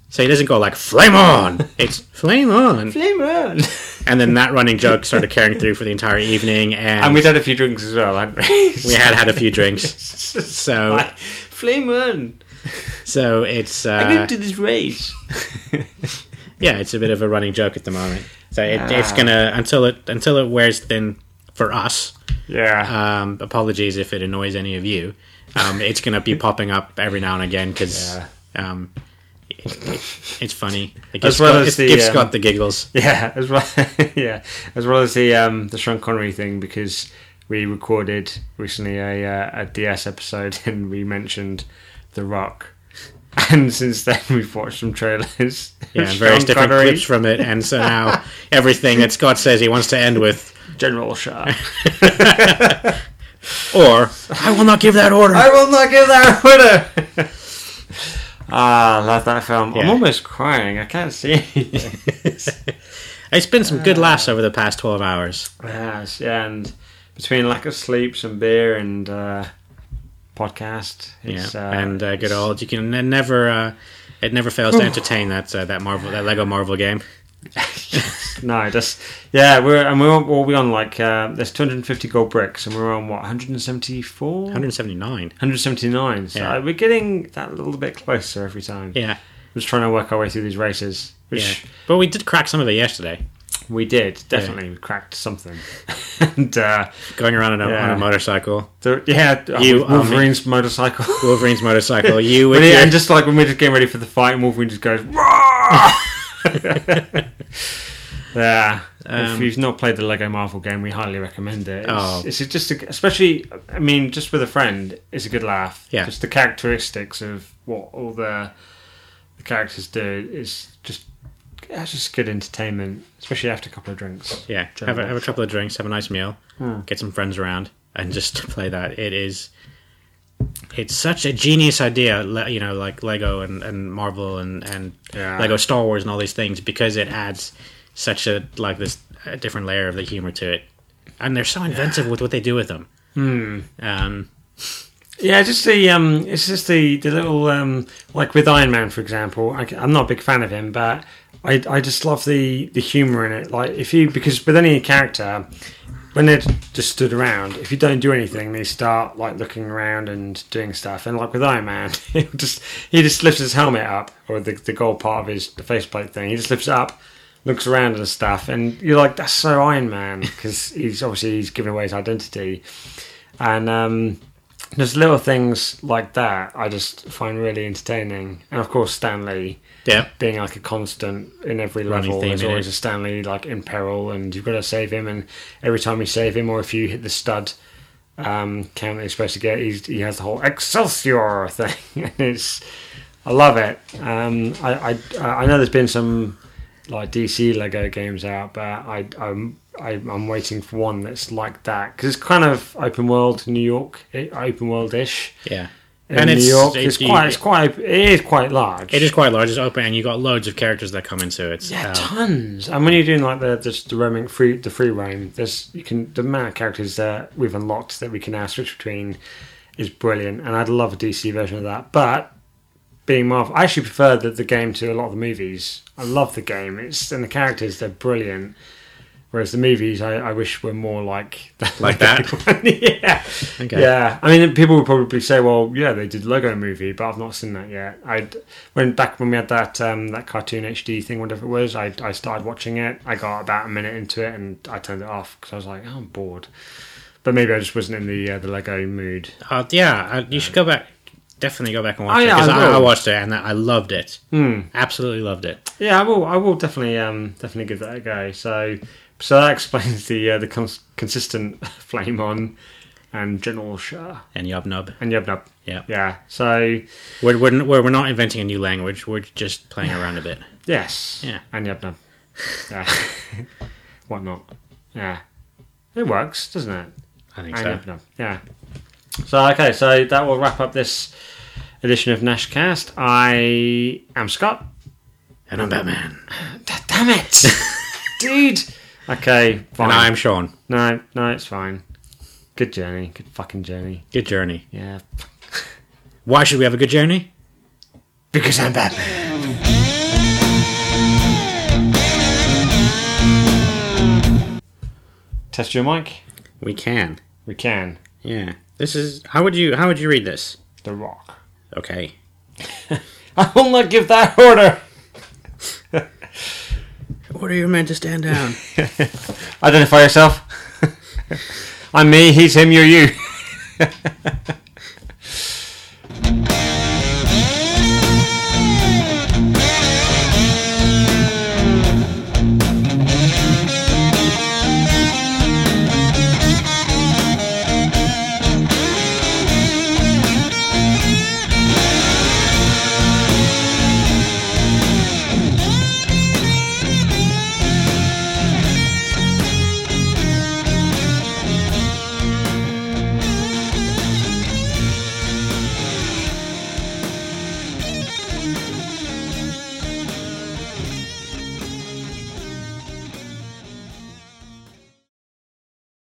Speaker 2: So he doesn't go like flame on. It's flame on.
Speaker 3: Flame on.
Speaker 2: And then that running joke started carrying through for the entire evening, and,
Speaker 3: and we'd had a few drinks as well, hadn't we?
Speaker 2: we had had a few drinks. So
Speaker 3: Like, flame on.
Speaker 2: so it's
Speaker 3: I can
Speaker 2: uh,
Speaker 3: do this race.
Speaker 2: yeah, it's a bit of a running joke at the moment. So it,
Speaker 3: Ah.
Speaker 2: it's gonna until it until it wears thin for us.
Speaker 3: Yeah.
Speaker 2: Um, apologies if it annoys any of you. Um, it's gonna be popping up every now and again because
Speaker 3: Yeah.
Speaker 2: um, it, it- it's funny. It gives,
Speaker 3: As well
Speaker 2: Scott,
Speaker 3: as
Speaker 2: it
Speaker 3: the,
Speaker 2: gives
Speaker 3: um,
Speaker 2: Scott the giggles.
Speaker 3: Yeah, as well. yeah, as well as the um, the Sean Connery thing because we recorded recently a uh, a DS episode and we mentioned The Rock, and since then we've watched some trailers.
Speaker 2: Yeah,
Speaker 3: of
Speaker 2: and various
Speaker 3: Sean
Speaker 2: different
Speaker 3: Connery,
Speaker 2: clips from it, and so now everything that Scott says he wants to end with,
Speaker 3: General Shah.
Speaker 2: or I will not give that order.
Speaker 3: I will not give that order. Ah, I love that film. I'm
Speaker 2: Yeah.
Speaker 3: almost crying. I can't see. anything.
Speaker 2: It's been some good laughs over the past 12 hours.
Speaker 3: yes, yeah, and between lack of sleep, some beer, and uh, podcast,
Speaker 2: Yeah.
Speaker 3: it's, uh,
Speaker 2: and uh, good
Speaker 3: it's-
Speaker 2: old. You can n- never. Uh, it never fails to entertain that uh, that Marvel that Lego Marvel game.
Speaker 3: No, just yeah, we're and we're we'll be on like uh, there's 250 gold bricks and we're on what 174,
Speaker 2: 179.
Speaker 3: 179. So
Speaker 2: Yeah.
Speaker 3: we're getting that little bit closer every time.
Speaker 2: Yeah.
Speaker 3: We're just trying to work our way through these races,
Speaker 2: Yeah.
Speaker 3: which
Speaker 2: But we did crack some of it yesterday,
Speaker 3: we did definitely. We cracked something, and uh,
Speaker 2: going around on a,
Speaker 3: Yeah.
Speaker 2: on a motorcycle,
Speaker 3: the, yeah,
Speaker 2: You,
Speaker 3: you,
Speaker 2: um,
Speaker 3: Wolverine's motorcycle.
Speaker 2: Wolverine's motorcycle. You
Speaker 3: But
Speaker 2: with
Speaker 3: yeah,
Speaker 2: your,
Speaker 3: and just like when we're just getting ready for the fight, and Wolverine just goes. "Roar!" yeah, if
Speaker 2: Um,
Speaker 3: you've not played the Lego Marvel game, we highly recommend it. It's,
Speaker 2: Oh.
Speaker 3: it's just a, especially, I mean, just with a friend, it's a good laugh.
Speaker 2: Yeah.
Speaker 3: just the characteristics of what all the the characters do is just That's just good entertainment, especially after a couple of drinks.
Speaker 2: Yeah, have
Speaker 3: General
Speaker 2: a, have a couple of drinks, have a nice meal,
Speaker 3: Hmm.
Speaker 2: get some friends around, and just play that. It is, it's such a genius idea, le- you know, like Lego and, and Marvel and and
Speaker 3: Yeah.
Speaker 2: Lego Star Wars and all these things because it adds such a like this a different layer of the humor to it, and they're so inventive with what they do with them.
Speaker 3: Hmm.
Speaker 2: Um,
Speaker 3: Yeah, just the um, it's just the the little um, like with Iron Man, for example. I, am not a big fan of him, but I I just love the the humor in it. Like if you because with any character, when they're just stood around, if you don't do anything, they start like looking around and doing stuff. And like with Iron Man, he just he just lifts his helmet up or the the gold part of his the faceplate thing. He just lifts it up. Looks around and stuff, and you're like, "That's so Iron Man," because he's obviously he's giving away his identity, and um, there's little things like that I just find really entertaining, and of course Stanley
Speaker 2: yeah,
Speaker 3: being like a constant in every
Speaker 2: Running
Speaker 3: level.
Speaker 2: theme
Speaker 3: There's
Speaker 2: in
Speaker 3: always
Speaker 2: it.
Speaker 3: a Stanley like in peril, and you've got to save him. And every time you save him, or if you hit the stud um, count that you're supposed to get, he's, he has the whole Excelsior thing. and it's I love it. Um, I, I I know there's been some like DC Lego games out, but I I'm I, I'm waiting for one that's like that because it's kind of open world New York, eh, open world ish
Speaker 2: yeah,
Speaker 3: in New York. It's,
Speaker 2: it-
Speaker 3: quite, it's quite, it is quite large.
Speaker 2: it is quite large. It's open, and you got loads of characters that come into it.
Speaker 3: yeah,
Speaker 2: Um,
Speaker 3: tons. And when you're doing like the just the roaming free, the free roam, there's you can the amount of characters that we've unlocked that we can now switch between is brilliant, and I'd love a DC version of that. But being Marvel, I actually prefer the, the game to a lot of the movies. I love the game. It's and the characters they're brilliant. Whereas the movies, I, I wish were more like
Speaker 2: Like that?
Speaker 3: yeah.
Speaker 2: Okay.
Speaker 3: Yeah, I mean, people would probably say, "Well, yeah, they did Lego movie," but I've not seen that yet. I when back when we had that um, that cartoon HD thing, whatever it was, I I started watching it. I got about a minute into it and I turned it off because I was like, oh, "I'm bored." But maybe I just wasn't in the uh, the Lego mood.
Speaker 2: Uh, yeah, uh, you should go back. Definitely go back and watch
Speaker 3: Oh,
Speaker 2: it
Speaker 3: yeah,
Speaker 2: 'cause it
Speaker 3: I
Speaker 2: I, Hmm. I
Speaker 3: will.
Speaker 2: watched it and I loved it. Absolutely loved it.
Speaker 3: Yeah, I will. I will definitely um, definitely give that a go. So so that explains the uh, the cons- consistent flame on and general shah
Speaker 2: And Yub Nub.
Speaker 3: and yub nub.
Speaker 2: Yeah.
Speaker 3: Yeah. So
Speaker 2: We're, we're, n- we're, we're not inventing a new language. We're just playing around a bit.
Speaker 3: Yes.
Speaker 2: Yeah.
Speaker 3: And you have none. Yeah. Whatnot. Yeah. It works, doesn't it?
Speaker 2: I think
Speaker 3: And you
Speaker 2: so.
Speaker 3: have none. Yeah. So okay, so that will wrap up this edition of Nashcast. I am Scott.
Speaker 2: And I'm Batman.
Speaker 3: Damn it, dude. Okay, fine.
Speaker 2: And I'm Sean.
Speaker 3: no, no, it's fine. Good journey. Good fucking journey.
Speaker 2: Good journey.
Speaker 3: Yeah.
Speaker 2: Why should we have a good journey?
Speaker 3: Because I'm Batman. Test your mic.
Speaker 2: We can.
Speaker 3: We can.
Speaker 2: Yeah. This is how would you how would you read this?
Speaker 3: The Rock.
Speaker 2: Okay.
Speaker 3: I will not give that order.
Speaker 2: What are you meant to stand down?
Speaker 3: Identify yourself. I'm me. He's him. You're you.